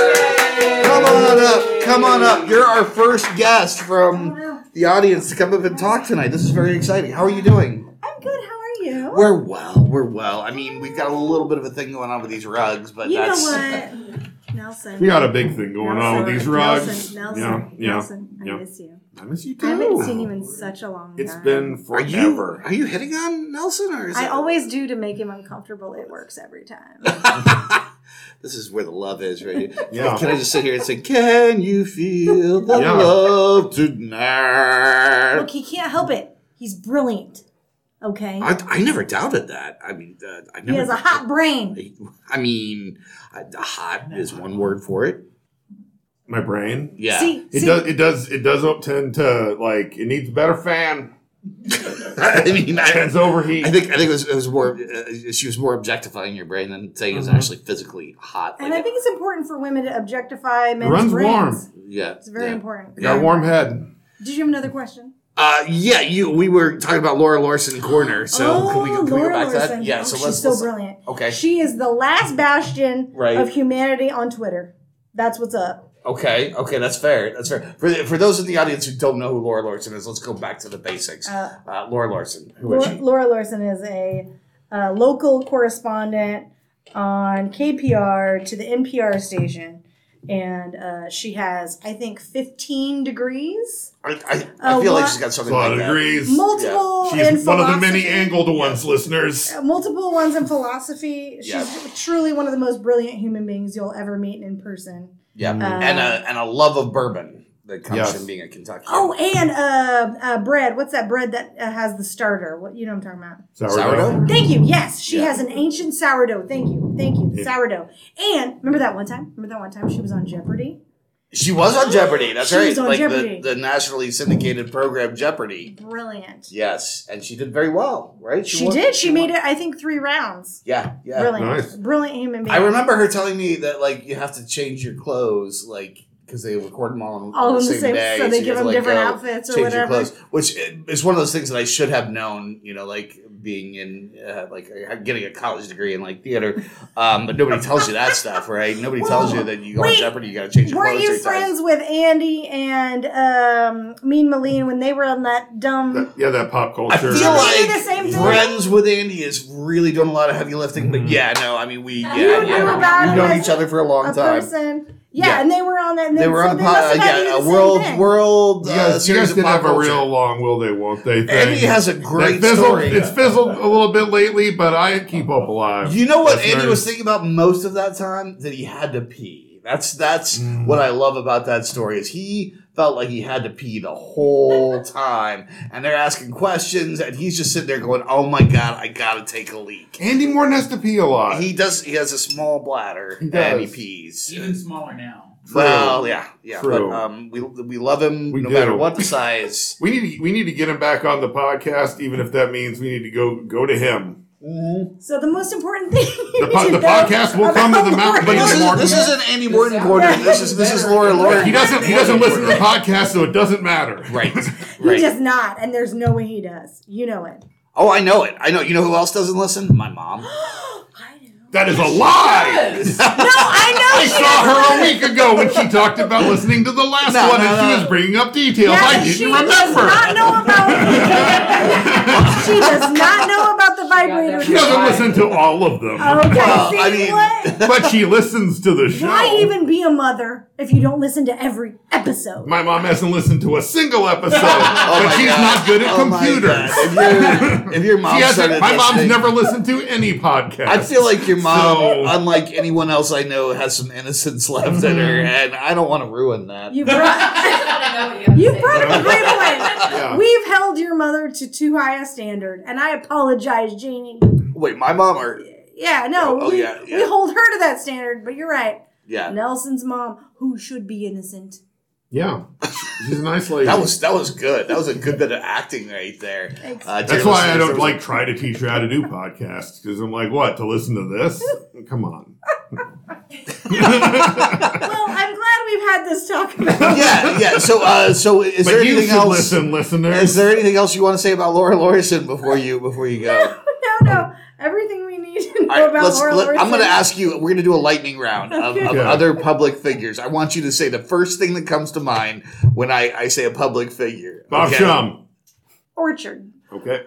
S4: Come on up, come on up. You're our first guest from the audience to come up and talk tonight. This is very exciting. How are you doing?
S3: I'm good. How are you?
S4: We're well. We're well. I mean, we've got a little bit of a thing going on with these rugs, but
S7: You know
S4: that's *laughs*
S7: what, Nelson?
S2: We got a big thing going on with these rugs.
S7: Nelson, Nelson,
S2: yeah, yeah.
S7: Nelson,
S2: yeah.
S7: I miss
S4: Um,
S7: you.
S2: I miss you too.
S7: I haven't seen you in such a long
S2: It's
S7: time.
S2: been
S4: Are you
S2: forever.
S4: are you hitting on Nelson or is
S7: I
S4: it-
S7: always do to make him uncomfortable. It works
S4: *laughs*
S7: every time.
S4: This is where the love is, right? Here.
S2: *laughs* Yeah.
S4: Can I just sit here and say, "Can you feel the
S2: Yeah.
S4: love tonight"?
S7: Look, he can't help it. He's brilliant. Okay,
S4: I, I never doubted that. I mean, uh, I never.
S7: he has a hot brain.
S4: I mean, I, hot is one word for it.
S2: My brain.
S4: Yeah.
S7: See,
S2: It
S7: see,
S2: does. It does. It does tend to like. It needs a better fan.
S4: *laughs* I mean, I,
S2: Tends to overheat.
S4: I think I think it was, it was more. Uh, she was more objectifying your brain than saying it's actually physically hot.
S7: and
S4: Like,
S7: I think it's important for women to objectify men's
S2: Runs
S7: brains.
S2: warm.
S4: yeah,
S7: It's very
S4: yeah.
S7: important.
S2: I got a warm head.
S7: Did you have another question?
S4: Uh, yeah, you. We were talking about Laura Larson corner, so
S7: oh,
S4: can we, can we go
S7: Laura
S4: back to that?
S7: Larson.
S4: Yeah,
S7: Oh,
S4: so
S7: she's
S4: let's.
S7: so
S4: let's-
S7: brilliant.
S4: okay.
S7: She is the last bastion
S4: Right.
S7: of humanity on Twitter. That's what's up.
S4: Okay, okay, that's fair. That's fair. For, for those in the audience who don't know who Laura Larson is, let's go back to the basics. Uh,
S7: Uh,
S4: Laura Larson, who is
S7: Laura,
S4: she?
S7: Laura Larson is a, uh local correspondent on KPR to the NPR station. And uh, she has, I think, 15 degrees.
S4: I, I, I
S7: Uh,
S4: feel like
S7: what-
S4: she's got something
S2: Claw
S4: like that.
S2: degrees.
S7: Multiple in
S2: She's one of the many
S7: philosophy.
S2: angled ones, listeners.
S7: Uh, Multiple ones in philosophy. She's
S4: Yeah.
S7: truly one of the most brilliant human beings you'll ever meet in person.
S4: Yeah, and a and a love of bourbon that comes
S2: Yes.
S4: from being a Kentucky.
S7: Oh, and uh, uh, bread. What's that bread that uh, has the starter? What you know what I'm talking about?
S4: Sourdough?
S7: Thank you. Yes, she
S4: Yeah.
S7: has an ancient sourdough. Thank you. Thank you.
S2: Yeah.
S7: Sourdough. And remember that one time? Remember that one time she was on Jeopardy?
S4: she was on Jeopardy. That's
S7: She
S4: right,
S7: was on
S4: like
S7: Jeopardy.
S4: the the nationally syndicated program Jeopardy.
S7: Brilliant.
S4: Yes, and she did very well, right?
S7: She
S4: won-
S7: did. She made
S4: won.
S7: it, I think, three rounds.
S4: Yeah, yeah.
S7: Brilliant.
S2: Nice.
S7: Brilliant human being.
S4: I remember her telling me that like you have to change your clothes like because they record them all on
S7: All
S4: on the
S7: in the
S4: same,
S7: same-
S4: day.
S7: so they
S4: you
S7: give
S4: have to,
S7: them different
S4: go
S7: outfits or
S4: "Oh, change your
S7: whatever.
S4: clothes, which is one of those things that I should have known. You know, like being in uh, like getting a college degree in like theater, um, but nobody tells you that stuff, right? Nobody tells you that you go on
S7: Wait,
S4: Jeopardy, you got to change your
S7: Were
S4: clothes
S7: you
S4: three times.
S7: friends with Andy and um, Mean Maline when they were on that dumb?
S2: That- yeah, that pop
S4: I
S2: culture.
S4: feel
S7: Did
S4: like
S7: they do the same thing?
S4: Friends with Andy is really doing a lot of heavy lifting, but
S2: Mm-hmm.
S1: Mhm.
S4: yeah, no, I mean we yeah,
S7: You
S4: yeah,
S7: knew about
S4: we've
S7: him
S4: known
S7: as
S4: each other for a long
S7: a
S4: time.
S7: person. Yeah,
S4: Yeah.
S7: and they were on that. And
S4: They were
S7: so
S4: on a
S7: they
S4: pod,
S7: must have had to do
S4: yeah, a
S7: the same
S4: world
S7: thing.
S4: world
S2: you
S4: uh,
S2: guys, you
S4: series
S2: guys
S4: of
S2: did
S4: pop
S2: have a
S4: culture.
S2: real long will they won't they thing.
S4: Andy has a great
S2: That fizzled-
S4: story.
S2: It's fizzled a little bit lately, but I keep up alive.
S4: You know what
S2: That's
S4: Andy
S2: nice.
S4: was thinking about most of that time? That he had to pee. That's that's
S2: Mm.
S4: what I love about that story is he felt like he had to pee the whole time, and they're asking questions, and he's just sitting there going, "Oh my god, I gotta take a leak."
S2: Andy Morton has to pee a lot.
S4: He does. He has a small bladder,
S2: He
S4: and he
S2: does.
S4: pees.
S6: Even smaller now.
S2: True.
S4: Well, yeah, yeah.
S2: True.
S4: But um, we we love him
S2: We
S4: no
S2: do.
S4: matter what the
S2: *laughs*
S4: size.
S2: we need to, we need to get him back on the podcast, even if that means we need to go go to him.
S7: So the most important thing.
S2: The,
S7: *laughs*
S2: po- the podcast will come to the mountain.
S4: But this
S2: Andy
S4: is
S2: Morton.
S4: this is an Andy Morton corner. This is this is Laura Laura.
S2: he doesn't he doesn't listen to the podcast, so it doesn't matter. *laughs*
S4: Right,
S7: He
S4: right.
S7: does not, and there's no way he does. You know it.
S4: Oh, I know it. I know. You know who else doesn't listen? My
S7: *gasps*
S4: mom.
S7: I do.
S2: That is a lie.
S7: No, I know.
S2: I
S7: she
S2: saw
S7: doesn't.
S2: her a week ago when she talked about listening to the last
S4: No,
S2: one,
S4: no,
S2: and
S4: no.
S2: she was bringing up details
S7: Yeah,
S2: I
S7: but
S2: didn't
S7: she does
S2: remember.
S7: not know
S2: *laughs*
S7: about. she does not know about the vibrator.
S2: she doesn't
S7: design.
S2: listen to all of them,
S7: Oh,
S4: *laughs*
S7: Okay,
S4: Well,
S7: see
S4: I mean-
S7: what?
S2: but she listens to the show.
S7: Why even be a mother if you don't listen to every episode?
S2: My mom hasn't listened to a single
S4: *laughs*
S2: episode,
S4: *laughs* Oh
S2: but
S4: my
S2: she's
S4: God.
S2: not good at
S4: Oh my
S2: computers.
S4: God.
S2: *laughs*
S4: If, your- if your mom
S2: She
S4: started
S2: hasn't, my mom's
S4: listening-
S2: never listened to any podcast.
S4: I feel like your mom,
S2: So-
S4: unlike anyone else I know, has some innocence left in her, and I don't want to ruin that.
S7: Mm-hmm. You *laughs* brought, you brought up a great point.
S2: Yeah.
S7: We've held your mother to too high a standard, and I apologize, Janie.
S4: Wait, my mom or
S7: Yeah,
S4: Oh,
S7: no,
S4: oh,
S7: we,
S4: yeah, yeah.
S7: we hold her to that standard, but you're right.
S4: yeah,
S7: Nelson's mom, who should be innocent.
S2: yeah, she's a nice lady.
S4: that was that was good. That was a good bit of acting right there.
S7: Thanks.
S4: Uh, dear
S2: That's why I
S4: listeners,
S2: don't
S4: there was-
S2: like try to teach her how to do podcasts because I'm like, what to listen to this? Come
S7: *laughs*
S2: on. *laughs*
S7: well, I'm glad we've had this talk
S4: *laughs*
S7: about
S4: Yeah, yeah. So, uh, so is there
S2: but you
S4: anything
S2: should
S4: else?
S2: listen, listeners.
S4: Is there anything else you want to say about Laura Laurison before you before you go?
S7: *laughs* no, no. Everything we need to know
S4: All right,
S7: about
S4: let's,
S7: Laura
S4: let, I'm
S7: Larson.
S4: going to ask you. We're going to do a lightning round of, of
S2: Okay.
S4: other public figures. I want you to say the first thing that comes to mind when I, I say a public figure.
S2: Bob
S4: okay?
S2: Shum.
S7: Orchard.
S2: Okay.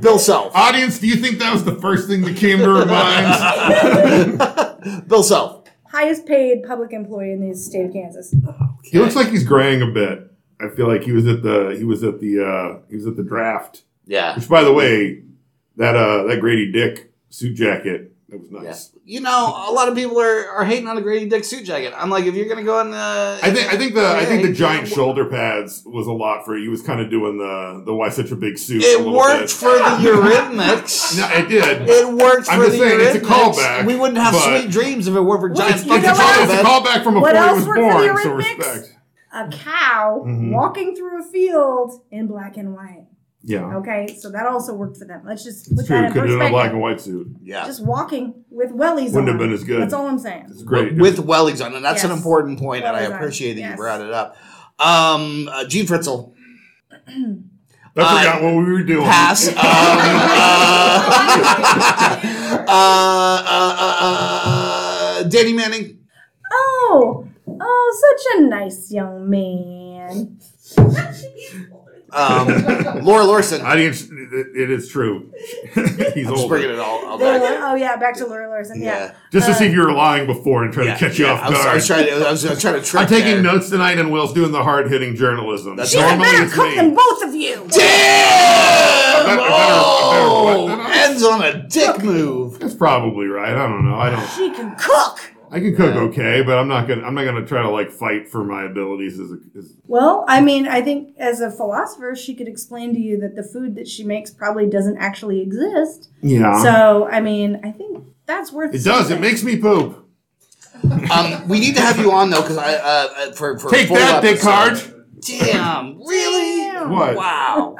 S4: Bill Self.
S2: Audience, do you think that was the first thing that came to her
S4: *laughs* *laughs*
S2: mind?
S4: Bill Self.
S7: Highest paid public employee in the state of Kansas.
S2: He looks like he's graying a bit. I feel like he was at the he was at the uh, he was at the draft.
S4: Yeah.
S2: Which, by the way, that uh, that Grady Dick suit jacket that was nice.
S4: You know, a lot of people are, are hating on the Grady Dick suit jacket. I'm like, if you're going to go on the.
S2: I think I think the I think
S4: Yeah,
S2: the
S4: he-
S2: giant shoulder pads was a lot for he was kind of doing the the why such a big suit. a
S4: It
S2: little
S4: worked
S2: bit.
S4: for the Eurythmics.
S2: *laughs* No, it did.
S4: It worked for
S2: I'm
S4: the
S2: just saying, it's a
S4: Eurythmics.
S2: callback,
S4: We wouldn't have
S2: but-
S4: sweet dreams if it weren't for
S7: Well,
S4: giant
S7: it's-
S2: It's a,
S4: fucking
S7: know what
S2: call,
S7: else-
S2: it's a
S4: shoulder pads.
S2: callback from before
S7: What
S2: he
S7: else
S2: was
S7: worked for the
S2: born, so
S7: Eurythmics?
S2: respect.
S7: A cow
S4: Mm-hmm.
S2: Mhm.
S7: walking through a field in black and white.
S2: Yeah,
S7: Okay, so that also worked for them. Let's just put
S2: it's true.
S7: Oh, that in
S2: Could have done a
S7: perspective.
S2: black and white suit.
S4: Yeah.
S7: Just walking with wellies
S2: Wouldn't
S7: on.
S2: have been as good.
S7: That's all I'm saying.
S2: It's great.
S4: with wellies on, and that's an
S7: Yes.
S4: important point, and I
S7: Wellies on,
S4: appreciate that you
S7: yes.
S4: brought it up. Um, uh, Gene Fritzel,
S2: I forgot what we were doing. *laughs*
S4: pass. Um, uh, uh, uh, uh, uh, Danny Manning.
S7: Oh, oh, such a nice young man.
S2: *laughs*
S4: Um, Laura Larson. I'm
S2: Audience, it, it is true. *laughs* He's
S4: just bringing
S2: older.
S4: it all, all
S7: They
S4: back.
S7: were- oh yeah, back to Laura Larson. Yeah.
S4: Yeah.
S2: Just to
S7: Uh,
S2: see if you were lying before and trying
S4: Yeah,
S2: to catch you
S4: yeah.
S2: off
S4: I was,
S2: guard.
S4: I was trying to. I was, I was trying to trick.
S2: I'm taking
S4: there.
S2: notes tonight, and Will's doing the hard hitting journalism.
S4: That's
S7: She's a
S4: Normally
S7: better cook than both
S4: *laughs*
S7: of you.
S4: Damn!
S2: better-
S4: Oh,
S2: better- better-
S4: ends on a dick move.
S2: That's probably right. I don't know. I don't.
S7: She can cook.
S2: I can cook okay, but I'm not gonna. I'm not gonna try to like fight for my abilities as a. As,
S7: Well, I mean, I think as a philosopher, she could explain to you that the food that she makes probably doesn't actually exist.
S2: yeah.
S7: So, I mean, I think that's worth.
S2: Uh-huh. it does. It
S7: something.
S2: makes me poop.
S4: Um, we need to have you on though, because I uh, uh, for for a
S2: Take
S4: full
S2: that,
S4: episode.
S2: Descartes.
S4: Damn! *laughs* Really?
S7: Damn.
S2: What?
S4: Wow.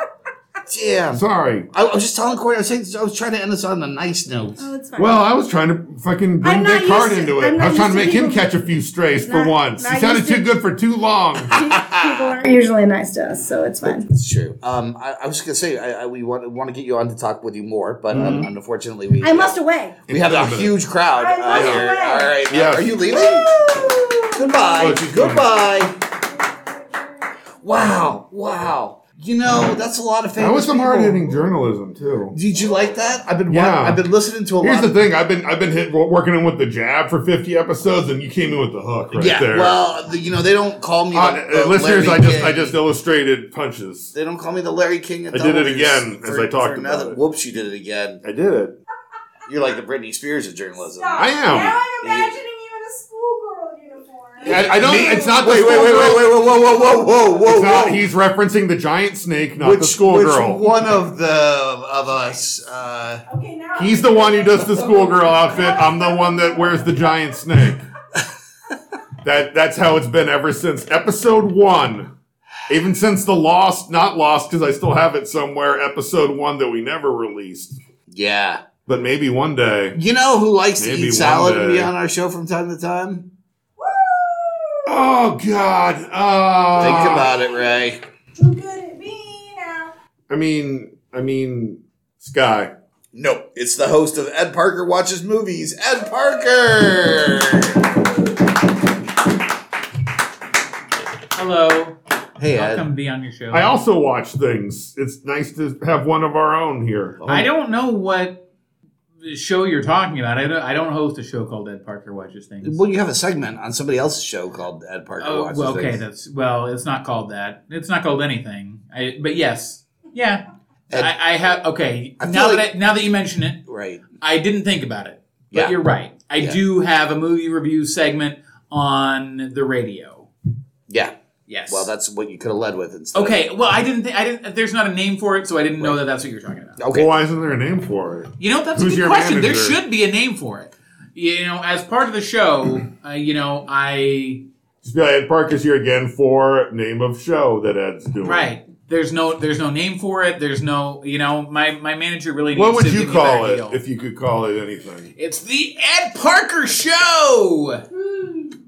S4: damn.
S2: Sorry.
S4: I, I was just telling Corey. I was saying I was trying to end this on a nice note.
S7: Oh, it's fine.
S2: Well, I was trying to fucking bring
S7: I'm not
S2: Dick Hart
S7: used
S2: into
S7: to- I'm
S2: it. I
S7: not
S2: was trying
S7: used
S2: to
S7: to
S2: make him
S7: people-
S2: catch a few strays for
S7: Not-
S2: once.
S7: not
S2: He sounded
S7: used to-
S2: too good for too long.
S7: people aren't usually nice to us, so it's fine.
S4: It's true. Um, I, I was gonna say I, I, we want want to get you on to talk with you more, but um, unfortunately we
S7: I must away.
S4: we have a huge crowd
S7: I
S4: uh,
S7: must
S4: here.
S7: away.
S4: All right,
S2: Yes.
S4: are you leaving?
S2: Oh,
S4: Goodbye.
S2: she's going.
S4: Goodbye. Wow. Wow. You know that's a lot of famous.
S2: That was some
S4: people.
S2: hard hitting journalism too.
S4: Did you like that? I've been wa-
S2: Yeah.
S4: I've been listening to a
S2: Here's
S4: lot.
S2: the
S4: of-
S2: thing: I've been I've been hit, working in with the jab for 50 episodes, and you came in with the hook right
S4: yeah.
S2: there.
S4: Well, the, you know they don't call me.
S2: Uh,
S4: the, the
S2: uh, listeners,
S4: Larry
S2: I just
S4: King.
S2: I just illustrated punches.
S4: They don't call me the Larry King. Of
S2: I did it
S4: Dublin
S2: again, as
S4: for-
S2: I talked
S4: for
S2: about
S4: another-
S2: it.
S4: Whoops! You did it again.
S2: I did it.
S4: You're like the Britney Spears of journalism.
S3: *laughs* Stop.
S2: I am.
S3: Now I'm imagining you in a schoolgirl uniform.
S2: I, I don't.
S4: Me-
S2: It's not.
S4: Wait,
S2: the
S4: wait, wait, wait, wait, whoa, whoa, whoa, whoa, whoa,
S2: It's not-
S4: Oh, whoa.
S2: he's referencing the giant snake, not
S4: which,
S2: the schoolgirl.
S4: Which one of the of us? Uh,
S3: Okay, now
S2: He's the one who does the schoolgirl outfit. I'm the one that wears the
S4: *laughs*
S2: giant snake. that that's how it's been ever since episode one. Even since the lost, not lost, because I still have it somewhere. Episode one that we never released,
S4: yeah.
S2: but maybe one day.
S4: You know who likes to
S2: Maybe
S4: eat salad
S2: one
S4: and be
S2: day.
S4: on our show from time to time?
S2: Oh God! Oh.
S4: Think about it, Ray.
S3: Too good at me now.
S2: I mean, I mean, Sky.
S4: Nope. It's the host of Ed Parker Watches Movies, Ed Parker.
S6: Hello.
S4: Hey,
S6: I'll
S4: Ed.
S6: come be on your show.
S2: I also watch things. It's nice to have one of our own here.
S4: Oh,
S6: I don't know what show you're talking about. I don't, I don't host a show called Ed Parker Watches Things.
S4: Well, you have a segment on somebody else's show called Ed Parker
S6: Oh,
S4: Watches
S6: well, okay.
S4: Things.
S6: That's well. It's not called that. It's not called anything. I, but yes, yeah.
S4: Ed-
S6: I, I have okay.
S4: I feel
S6: now
S4: like-
S6: that I, now that you mention it,
S4: Right.
S6: I didn't think about it. But
S4: Yeah.
S6: you're right. I
S4: Yeah.
S6: do have a movie review segment on the radio.
S4: Yeah.
S6: Yes.
S4: Well, that's what you could have led with instead.
S6: okay. Well, I didn't. Th- I didn't. There's not a name for it, so I didn't know that that's what you're talking about.
S4: Okay.
S2: Why isn't there a name for it?
S6: You know, that's
S2: Who's
S6: a
S2: your
S6: good question. There
S2: manager?
S6: should be a name for it. You know, as part of
S2: *clears throat*
S6: the show, uh, you know, I
S2: Just be like, Ed Parker's here again for name of show that Ed's doing.
S6: right. There's no, there's no name for it. There's no, you know, my my manager really. Needs
S2: What would
S6: to
S2: you
S6: give me back
S2: call
S6: a
S2: it
S6: deal.
S2: if you could call it anything?
S6: it's the Ed Parker Show.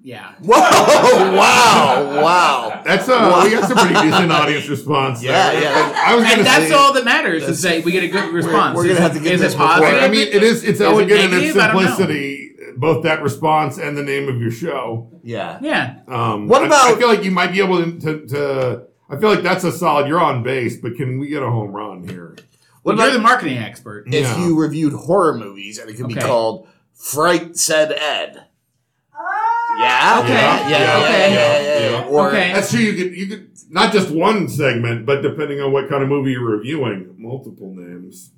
S6: yeah.
S4: Whoa! *laughs* Wow! Wow!
S2: That's uh, we got some pretty decent audience response.
S4: Yeah,
S2: there.
S4: yeah.
S2: I was gonna
S6: And that's
S2: say,
S6: all that matters is that we get a good response.
S4: we're gonna
S6: Is
S4: have
S6: it-
S4: to give
S6: is
S4: this
S6: it
S4: before-
S6: positive?
S2: I mean, it is. It's
S6: it
S2: elegant in its
S6: negative? I don't know.
S2: simplicity. Both that response and the name of your show.
S4: Yeah.
S6: Yeah.
S2: Um,
S4: What
S2: I- I,
S4: about-
S2: feel like you might be able to, to, to. I feel like that's a solid. You're on base, but can we get a home run here?
S4: What
S6: You're
S4: about
S6: the marketing expert.
S4: if
S2: Yeah.
S4: you reviewed horror movies and it could be
S6: Okay.
S4: called Fright Said Ed?
S3: Oh,
S4: Yeah.
S6: Okay.
S4: Yeah. Yeah.
S6: Yeah,
S4: Yeah.
S6: okay.
S4: yeah, yeah, yeah,
S2: Yeah.
S4: Or
S6: Okay.
S2: That's true. You could you could not just one segment, but depending on what kind of movie you're reviewing, multiple names.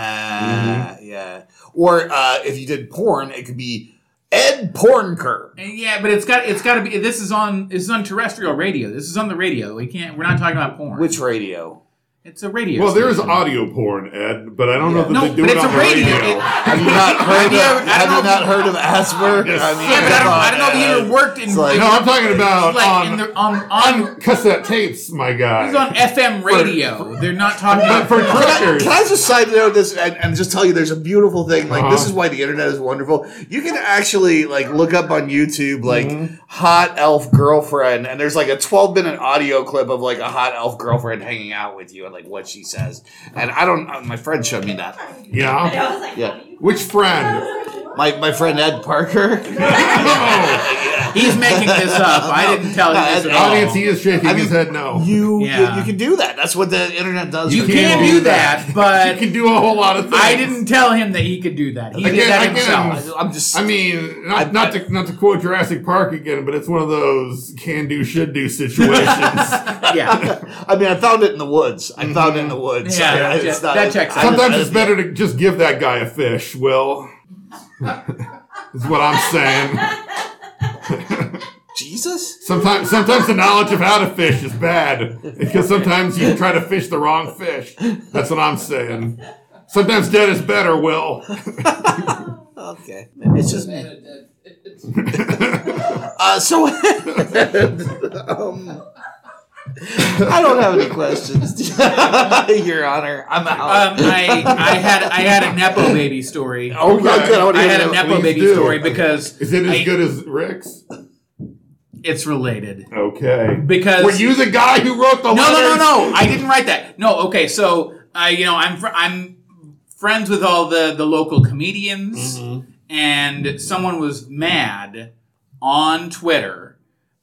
S4: yeah, yeah. Or uh, if you did porn, it could be Ed Pornker.
S6: And yeah, but it's got it's got to be. This is on this is on terrestrial radio. This is on the radio. We can't. We're not talking about porn.
S4: Which radio?
S6: it's a radio.
S2: well, there is
S6: station.
S2: audio porn, Ed, but I don't know that
S6: No,
S2: they do
S6: but
S2: it
S6: it's
S2: on
S6: a
S2: the radio.
S6: radio. It-
S4: Have you not heard
S6: Have
S4: of?
S6: you ever- *laughs* I
S4: have
S6: don't
S4: you
S6: know if
S4: not heard of Asper?
S2: Yes.
S6: Yeah, but I don't, I don't know if he ever worked in
S4: It's like-
S2: no, I'm talking about
S6: like
S2: on,
S6: in the, on on.
S2: on cassette tapes, my guy.
S6: He's on FM radio. They're not talking
S2: but
S6: about.
S2: for
S4: Can I,
S2: truckers,
S4: can I just side note this and, and just tell you there's a beautiful thing like this
S2: Uh-huh.
S4: is why the internet is wonderful. You can actually like look up on YouTube like
S6: Mm-hmm.
S4: hot elf girlfriend and there's like a 12 minute audio clip of like a hot elf girlfriend hanging out with you and like what she says. And I don't uh, my friend showed me that.
S2: yeah.
S3: I was like,
S4: Yeah.
S2: Which friend?
S4: My my friend Ed
S6: *laughs*
S4: Parker.
S2: Oh,
S4: *laughs*
S6: He's making this up. I didn't tell you this at all.
S2: audience, he is shaking
S4: I mean,
S2: his head no. You,
S4: You,
S6: Yeah.
S4: you you can do that. That's what the internet does.
S6: You
S4: for
S6: can
S4: people.
S6: do that, but
S2: can do a whole lot of things.
S6: I didn't tell him that he could do that. He
S2: I
S6: did
S2: can't- I
S6: that
S2: can't-
S6: himself.
S4: I- I'm just
S2: I mean, not,
S4: I-
S2: not to not to quote Jurassic Park again, but it's one of those can do should do
S4: *laughs*
S2: situations.
S6: Yeah.
S4: I mean, I found it in the woods. I found it in the woods.
S6: Mm-hmm. Yeah,
S4: I- I-
S6: that che- that checks
S4: I-
S6: out.
S2: Sometimes
S4: I-
S2: it's better to just give that guy a fish, Will. *laughs* is what I'm saying.
S4: Jesus.
S2: Sometimes, sometimes the knowledge of how to fish is bad because sometimes you try to fish the wrong fish. That's what I'm saying. Sometimes dead is better, Will.
S4: Okay, maybe it's just me. *laughs* Uh, so, um, I don't have any questions, *laughs* Your Honor. I'm
S6: Um,
S4: out.
S6: I, I had I had a nepo baby story.
S4: oh,
S2: Okay.
S4: God, I, wanna
S6: I
S4: hear
S6: had a
S4: that.
S6: nepo
S2: please
S6: baby
S2: do.
S6: story because
S2: Is it as
S6: I-
S2: good as Rick's?
S6: it's related.
S2: Okay.
S6: Because
S2: Were you the guy who wrote the
S6: no, no, no,
S2: letters?
S6: no. I didn't write that. No, okay. So I, you know, I'm fr- I'm friends with all the the local comedians, and someone was mad on Twitter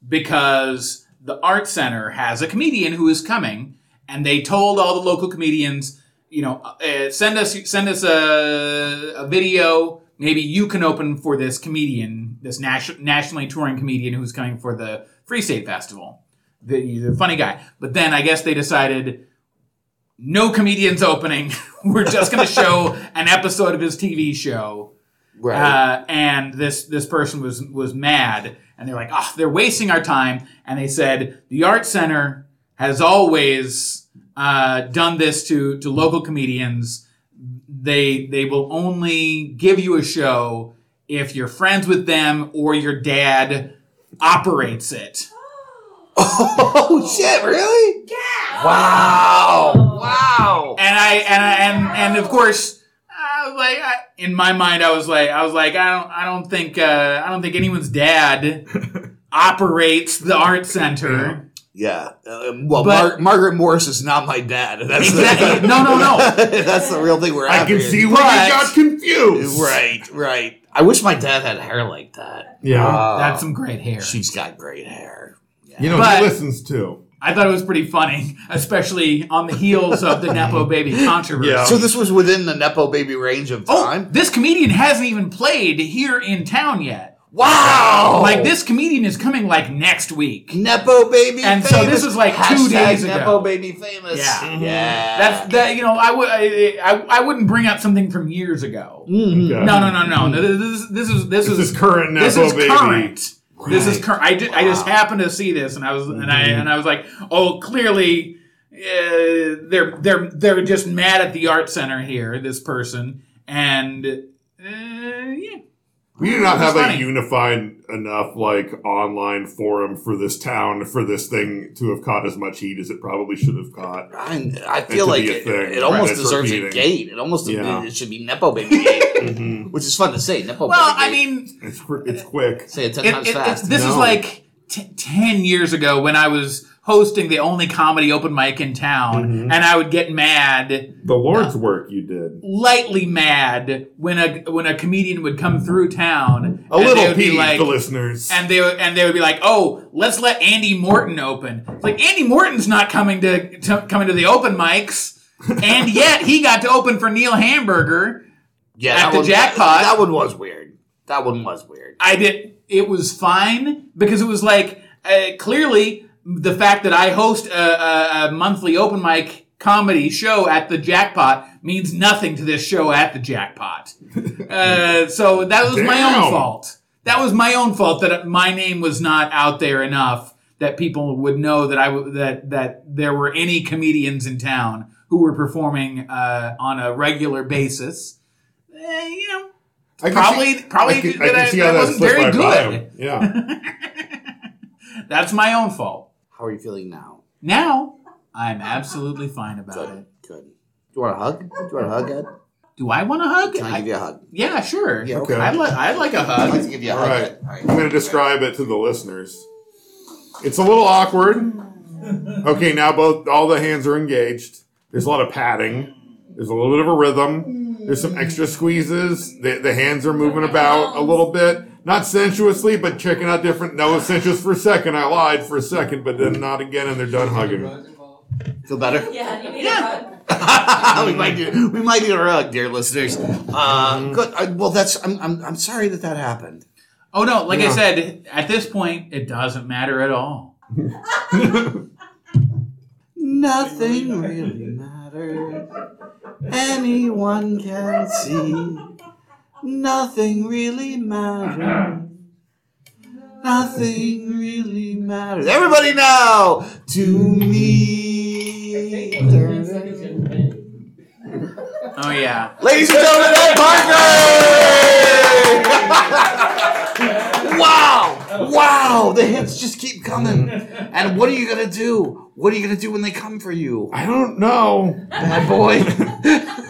S6: because the art center has a comedian who is coming, and they told all the local comedians, you know, uh, send us send us a a video. Maybe you can open for this comedian, this nation, nationally touring comedian who's coming for the Free State Festival the, he's a funny guy. But then I guess they decided no comedians opening. *laughs* We're just going to show an episode of his TV show.
S4: *laughs* Right.
S6: Uh, and this this person was was mad, and they're like, "Oh, they're wasting our time." And they said the art center has always uh, done this to to local comedians. They they will only give you a show if you're friends with them or your dad operates it.
S4: oh shit! Really?
S3: Yeah.
S4: Wow! Wow!
S6: and I and I, and and of course, I was like, I, in my mind, I was like, I was like, I don't, I don't think, uh, I don't think
S2: *laughs*
S6: anyone's dad operates the art center.
S4: Yeah. Uh, well, Mar-
S6: But-
S4: Margaret Morris is not my dad. *laughs* That's
S6: Exactly.
S4: The,
S6: No, no, no.
S4: *laughs* that's the real thing we're
S2: I
S4: after
S2: can
S4: here.
S2: see where
S6: But-
S2: you got confused.
S4: Right. Right. I wish my dad had hair like that.
S2: Yeah.
S4: Uh,
S6: That's some great hair.
S4: She's got great hair.
S2: you know,
S6: But-
S2: he listens too.
S6: I thought it was pretty funny, especially on the heels
S2: *laughs*
S6: of the nepo baby controversy.
S2: Yeah.
S4: So this was within the nepo baby range of
S6: Oh,
S4: time.
S6: this comedian hasn't even played here in town yet.
S4: wow!
S6: Like this comedian is coming like next week.
S4: nepo baby.
S6: And so
S4: famous.
S6: this was like two
S4: Hashtag
S6: days ago.
S4: Nepo baby famous.
S6: Yeah.
S4: Yeah.
S6: That's that. You know, I would I, I I wouldn't bring up something from years ago.
S4: Mhm.
S2: Okay.
S6: Mm-hmm. No, no, no, no. no. This, this is this,
S2: This
S6: is
S2: is current now,
S6: this is
S2: baby.
S6: current. This is
S4: Right.
S6: current. I, ju- I just
S4: Wow. Mm-hmm.
S6: happened to see this, and I was and I and I was like, oh, clearly uh, they're they're they're just mad at the art center here. This person and uh, yeah,
S2: We do not
S6: It's
S2: have
S6: funny.
S2: a unified enough like online forum for this town for this thing to have caught as much heat as it probably should have caught.
S4: I, I
S2: It
S4: feel
S2: could
S4: like
S2: be a
S4: it,
S2: thing.
S4: it
S2: Right,
S4: almost
S2: it's
S4: deserves a
S2: repeating.
S4: gate. It almost
S2: Yeah.
S4: it should be nepo baby *laughs* gate,
S2: Mhm.
S4: which is fun to say. Nepo
S6: Well,
S4: baby
S6: I
S4: gate.
S6: mean,
S2: It's fr- it's quick.
S4: say it ten
S6: it,
S4: times
S6: it- it's-
S4: fast.
S6: this is
S2: No.
S6: like t- 10 years ago when I was hosting the only comedy open mic in town,
S2: Mm-hmm.
S6: and I would get mad,
S2: The Lord's work you did.
S6: lightly mad, when a when a comedian would come through town.
S2: A
S6: and they
S2: little
S6: would be
S2: peeved,
S6: like,
S2: the listeners.
S6: and they would- and they would be like, "Oh, let's let Andy Morton open." It's like Andy Morton's not coming to, to coming to the open
S2: *laughs*
S6: mics, and yet he got to open for Neil Hamburger.
S4: yeah,
S6: at
S4: that
S6: the
S4: one-
S6: jackpot-
S4: That one was weird. That one was weird.
S6: I did. It was fine because it was like uh, clearly the fact that I host a, a, a monthly open mic comedy show at the Jackpot means nothing to this show at the Jackpot. uh, so that was my own
S2: Damn.
S6: fault. That was my own fault that my name was not out there enough that people would know that I w- that that there were any comedians in town who were performing uh, on a regular basis. Eh, you know,
S2: I can
S6: probably- probably
S2: I can, I
S6: that
S2: can
S6: I-
S2: see
S6: that
S2: how that
S6: wasn't
S2: slipped
S6: very
S2: right by
S6: good.
S2: him. Yeah.
S6: that's my own fault.
S4: How are you feeling now?
S6: Now I'm absolutely fine about it.
S4: Good. Do you want a hug? Do you want a hug, Ed?
S6: Do I want a hug?
S4: Can I give you a hug?
S6: yeah, sure.
S4: Yeah,
S2: okay.
S6: I'd, li- I'd like a
S4: I'd like
S6: hug.
S4: to give you a
S2: All
S4: hug.
S2: right.
S4: Ed. All right.
S2: I'm going to describe it to the listeners. It's a little awkward. Okay, now both all the hands are engaged. There's a lot of padding. There's a little bit of a rhythm. There's some extra squeezes. The, the hands are moving about a little bit. Not sensuously, but checking out different. No, sensuous for a second. I lied for a second, but then not again, and they're done hugging.
S4: Feel better?
S3: Yeah, you need
S6: Yeah.
S4: *laughs* we might do. We might need a hug, dear listeners. Uh, good. I, well, that's. I'm, I'm. I'm sorry that that happened.
S6: Oh no, like I
S2: Yeah.
S6: said, at this point, it doesn't matter at all.
S4: Nothing really matters. Anyone can see. Nothing really matters. Nothing really matters. Everybody now to me.
S6: Oh yeah.
S4: Ladies and gentlemen, Ed *laughs* Parker! wow! Wow! The hits just keep coming. And what are you gonna do? What are you gonna do when they come for you,
S2: I don't know.
S4: my boy? *laughs*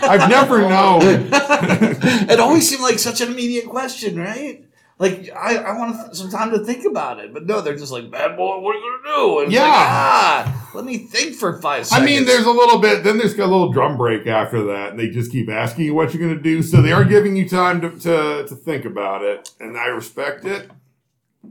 S2: I've never known.
S4: it always seemed like such an immediate question, right? Like I, I want th- some time to think about it, but no, they're just like, "Bad boy, what are you gonna do?" And it's like,
S2: Yeah.
S4: ah, let me think for five
S2: I
S4: seconds.
S2: mean, there's a little bit. Then there's a little drum break after that, and they just keep asking you what you're going to do. So they are giving you time to, to, to think about it, and I respect it.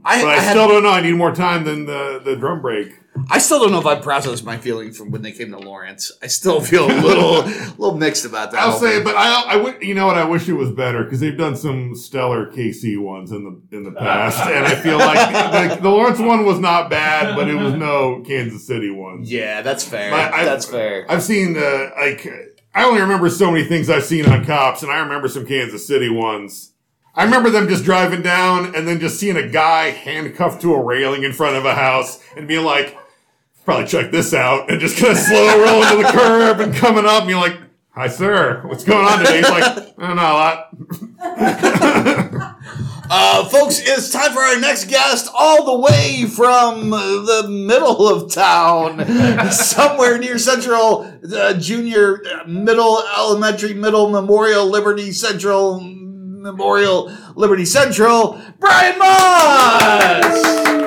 S4: I,
S2: But
S4: I,
S2: I
S4: had-
S2: still don't know. I need more time than the, the drum break.
S4: I still don't know if I processed my feeling from when they came to Lawrence. I still feel a little, *laughs* little mixed about that.
S2: I'll
S4: whole
S2: say,
S4: thing.
S2: it, but I, I would, you know what? I wish it was better because they've done some stellar KC ones in the in the past, and I feel like the, the Lawrence one was not bad, but it was no Kansas City one.
S4: yeah, that's fair.
S2: But I-
S4: that's fair.
S2: I've seen uh, like I only remember so many things I've seen on cops, and I remember some Kansas City ones. I remember them just driving down and then just seeing a guy handcuffed to a railing in front of a house and being like, probably check this out, and just kind of slow rolling to the curb and coming up and being like, hi, sir, what's going on today? He's like, I don't know, a lot.
S4: Uh, folks, it's time for our next guest, all the way from uh, the middle of *laughs* town, somewhere near Central uh, Junior, uh, Middle Elementary, Middle Memorial, Liberty Central, Memorial, Liberty Central, Brian Moss!
S8: And,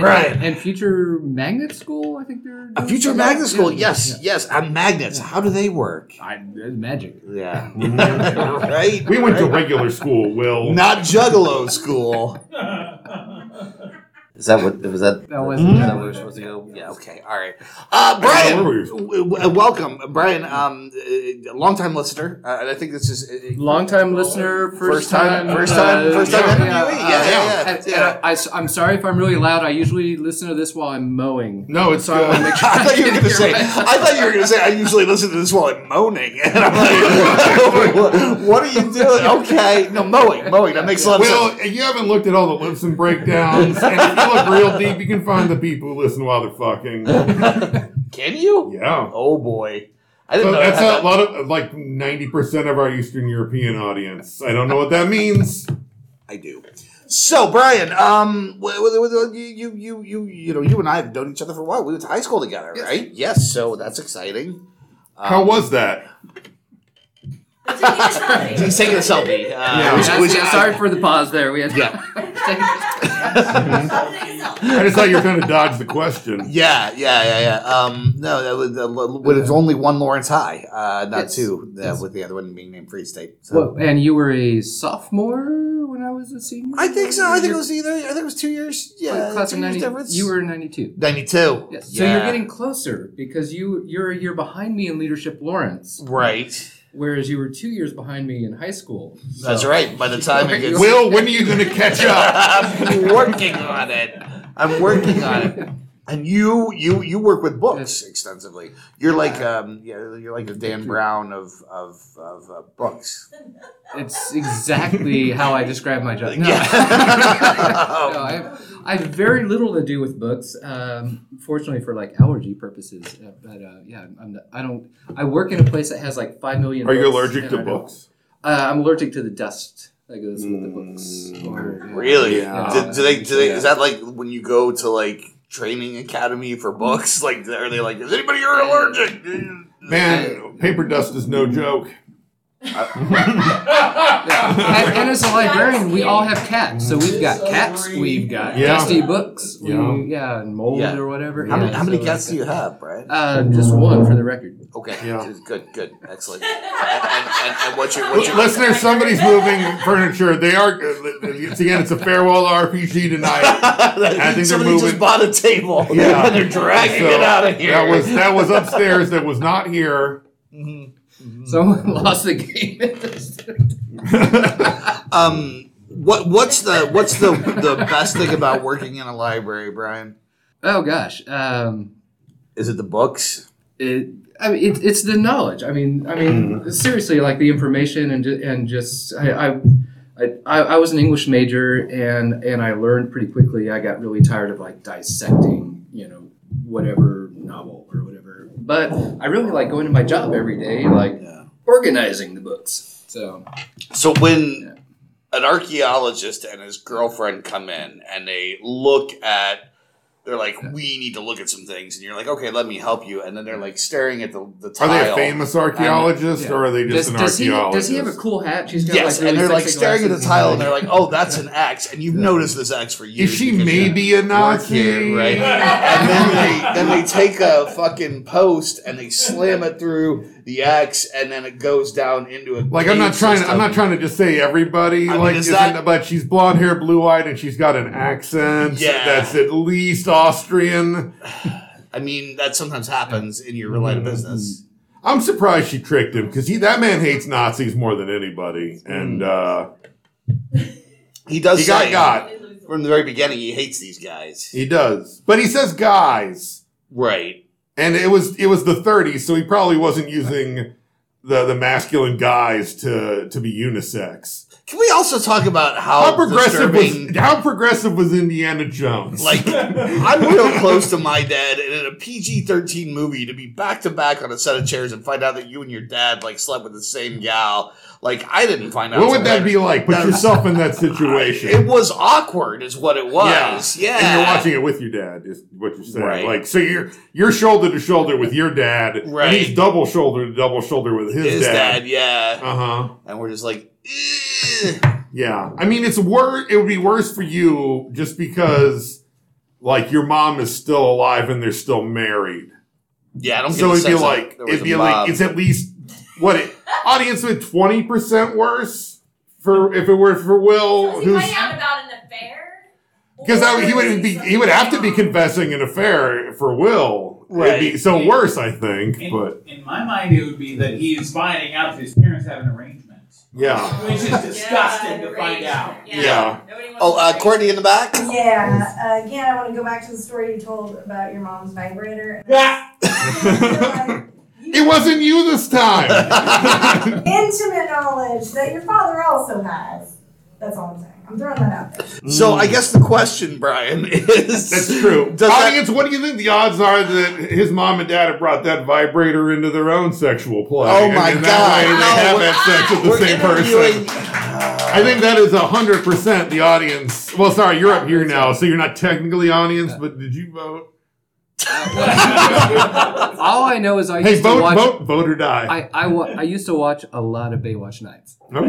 S4: Right.
S8: And future magnet school, I think they're
S4: A future magnet school, yes, yes, on magnets. How do they work?
S8: I, it's magic.
S4: Yeah. *laughs* right?
S2: We went to
S4: Right.
S2: regular school, Will.
S4: Not Juggalo school. Is that what was that?
S8: That was mm
S4: that where we're supposed to go? Yeah. Okay. All right. Uh, Brian,
S2: where we-
S4: w- w- uh, welcome, Brian. Um, uh, longtime listener, uh, and I think this is uh,
S8: Long time listener,
S4: First
S8: first,
S4: time- first time- first time interviewee. Yeah, yeah, uh,
S8: And-
S4: yeah.
S8: and I, am sorry if I'm really loud. I usually listen to this while I'm mowing.
S2: No, it's
S8: so I want to
S2: good.
S8: make sure.
S4: *laughs* I thought you were going to say. I thought you were going to say. I usually listen to this while I'm moaning, *laughs* and I'm like, *laughs* "What are you doing?" Okay, no mowing, mowing. That makes a lot of sense.
S2: Well, if you haven't looked at all the Libsyn breakdowns, and if you look real deep, you can find the people who listen while they're fucking.
S4: Can you?
S2: Yeah.
S4: Oh boy, I didn't
S2: So
S4: know
S2: that's
S4: that.
S2: a lot of like ninety percent of our Eastern European audience. I don't know what that means.
S4: I do. So Brian, um, wh- wh- wh- you you you you know you and I have known each other for a while. We went to high school together, right? Yes. So that's exciting.
S2: How was that?
S4: He's taking a selfie. Uh,
S2: Yeah.
S4: which- which-
S8: Yeah, sorry for the pause there. We had
S4: Yeah. Mhm.
S2: I just thought you were trying to dodge the question.
S4: Yeah, yeah, yeah, yeah. Um, no, that was, uh, but it's only one Lawrence High, uh, not
S8: Yes.
S4: two, uh,
S8: Yes.
S4: with the other one being named Free State. So.
S8: *laughs* Well, and you were a sophomore when I was a senior.
S4: I think so. I think it was either. I think it was two years. Yeah,
S8: class
S4: two
S8: of
S4: years
S8: 90.
S4: difference.
S8: You were 92.
S4: ninety-two.
S8: Yes. So you're getting closer because you you're a year behind me in leadership Lawrence,
S4: right.
S8: whereas you were two years behind me in high school.
S4: That's right.
S8: *laughs*
S4: By the time it gets,
S2: Will, when are you going to catch up?
S4: *laughs* I'm working on it. I'm working on it. And you, you, you work with books extensively. You're like, um, yeah, you're like the Dan Brown of of, of uh, books.
S8: It's exactly how I describe my
S4: *laughs*
S8: job. No. *laughs* No, I, have, I have very little to do with books, um, fortunately for like allergy purposes. Uh, but uh, yeah, I'm, I'm, I don't. I work in a place that has like five million.
S2: Are you
S8: books,
S2: allergic
S8: and
S2: to
S8: I don't-
S2: books?
S8: Uh, I'm allergic to the dust that goes with the books. Or, yeah.
S4: Mm, Really?
S2: Yeah.
S4: Do, do they? Do they? Is that like when you go to like training academy for books? Like, are they like, is anybody here allergic?
S2: Man, paper dust is no joke.
S8: and, and as a librarian, we all have cats. So we've
S4: Mm.
S8: got cats, we've got
S2: Yeah.
S8: dusty books, we-
S2: Yeah.
S8: yeah, and mold
S4: Yeah.
S8: or whatever.
S4: How many,
S8: Yeah,
S4: how many
S8: so
S4: cats do
S8: like-
S4: you have, Brian?
S8: Uh, just one for the record.
S4: Okay,
S2: Yeah.
S4: good, good, excellent. And, and, and, and what's your what's your
S2: Listeners, somebody's moving furniture. They are. It's again. It's a farewell
S4: *laughs*
S2: RPG tonight. I think they're
S4: Somebody just
S2: moving-
S4: bought a table. *laughs*
S2: Yeah.
S4: and they're dragging
S2: So,
S4: it out of here.
S2: That was that was upstairs. That was not here.
S8: Someone
S4: Hmm.
S8: *laughs* lost the game.
S4: um. What what's the what's the the best thing about working in a library, Brian?
S8: oh gosh. Um,
S4: Is it the books?
S8: it, I mean, it, it's the knowledge. I mean, I
S4: Hmm.
S8: mean, seriously, like the information and ju- and just I. I I, I I was an English major and, and I learned pretty quickly. I got really tired of like dissecting, you know, whatever novel or whatever. But I really like going to my job every day, like
S4: Yeah.
S8: organizing the books. So
S4: So when an archaeologist and his girlfriend come in and they look at They're like, we need to look at some things, and you're like, okay, let me help you. And then they're like staring at the the
S2: Are
S4: tile.
S2: they a famous archaeologist
S8: yeah.
S2: or are they
S8: Does,
S2: just an
S8: does he does
S2: archaeologist?
S8: he have a cool hat? She's got
S4: Yes,
S8: like really
S4: and they're like
S8: sexy
S4: staring at the
S8: glasses.
S4: tile, and they're like, "Oh, that's an axe," and you've noticed this axe for years.
S2: Is she
S4: because you
S2: maybe a
S4: work
S2: Nazi?
S4: here, right? *laughs* and then they then they take a fucking post and they slam it through the axe, and then it goes down into a
S2: Like I'm not
S4: cave
S2: trying.
S4: system.
S2: I'm not trying to just say everybody.
S4: I mean,
S2: like,
S4: is
S2: isn't,
S4: that-
S2: but she's blonde hair, blue eyed, and she's got an accent
S4: Yeah.
S2: that's at least Austrian.
S4: I mean, that sometimes happens in your real
S2: Mm-hmm.
S4: line of business.
S2: I'm surprised she tricked him because he that man hates Nazis more than anybody, and uh,
S4: He does.
S2: he got
S4: say
S2: got.
S4: from the very beginning. He hates these guys.
S2: He does, but he says guys,
S4: Right.
S2: and it was it was the 30s, so he probably wasn't using the the masculine guys to to be unisex.
S4: Can we also talk about how,
S2: How progressive
S4: Oh, disturbing-
S2: was how progressive was Indiana Jones?
S4: Like, I'm real close to my dad, and in a PG 13 movie, to be back to back on a set of chairs and find out that you and your dad, like, slept with the same gal. Like, I didn't find out.
S2: *laughs* what would
S4: till
S2: that be
S4: later.
S2: like? Put
S4: That-
S2: yourself in that
S4: *laughs*
S2: situation.
S4: It was awkward, is what it was. Yeah.
S2: And you're watching it with your dad, is what you're saying.
S4: Right.
S2: Like, so you're you're shoulder to shoulder with your dad,
S4: Right.
S2: and he's double shoulder to double shoulder with his,
S4: His dad,
S2: dad.
S4: yeah.
S2: Uh huh.
S4: And we're just like,
S2: Yeah. I mean, it's worse. It would be worse for you just because, like, your mom is still alive and they're still married.
S4: yeah, I don't get
S2: So
S4: the
S2: it'd be
S4: sense that
S2: like
S4: there was
S2: it'd
S4: a
S2: be
S4: mob.
S2: like it's at least what it, audience with twenty percent worse for if it were for Will,
S9: Was he
S2: who's
S9: find out about an affair?
S2: Because
S9: Or
S2: he
S9: is
S2: would be, he would have to be confessing an affair for Will.
S4: Right.
S2: It'd be so worse, I think.
S6: In,
S2: But
S6: in my mind, it would be that he is finding out that his parents have an arrangement,
S2: yeah,
S6: which is disgusting to find out.
S9: Yeah.
S2: Yeah.
S9: Nobody wants
S4: oh,
S9: to
S4: uh,
S9: raise-
S4: Courtney in the
S3: *laughs*
S4: back?
S7: Yeah. Uh, again, I want to go back to the story you told about your mom's vibrator.
S3: *laughs*
S6: Yeah.
S2: it wasn't you this time.
S7: Intimate knowledge that your father also has. That's all I'm saying. I'm throwing that out there.
S4: So I guess the question, Brian, is
S2: That's true.
S4: *laughs* Does that-
S2: audience, what do you think the odds are that his mom and dad have brought that vibrator into their own sexual play?
S4: Oh
S2: And
S4: my
S2: in
S4: God. No,
S2: That way they have
S4: we're-
S2: that sex with
S4: we're
S2: the same person.
S4: interviewing-
S2: I think that is hundred percent the audience. Well, sorry, you're up here now, so you're not technically audience. But did you vote?
S8: All I know is I
S2: Hey,
S8: used
S2: vote,
S8: to watch.
S2: vote, vote or die.
S8: I I, wa- I used to watch a lot of Baywatch nights.
S2: Okay.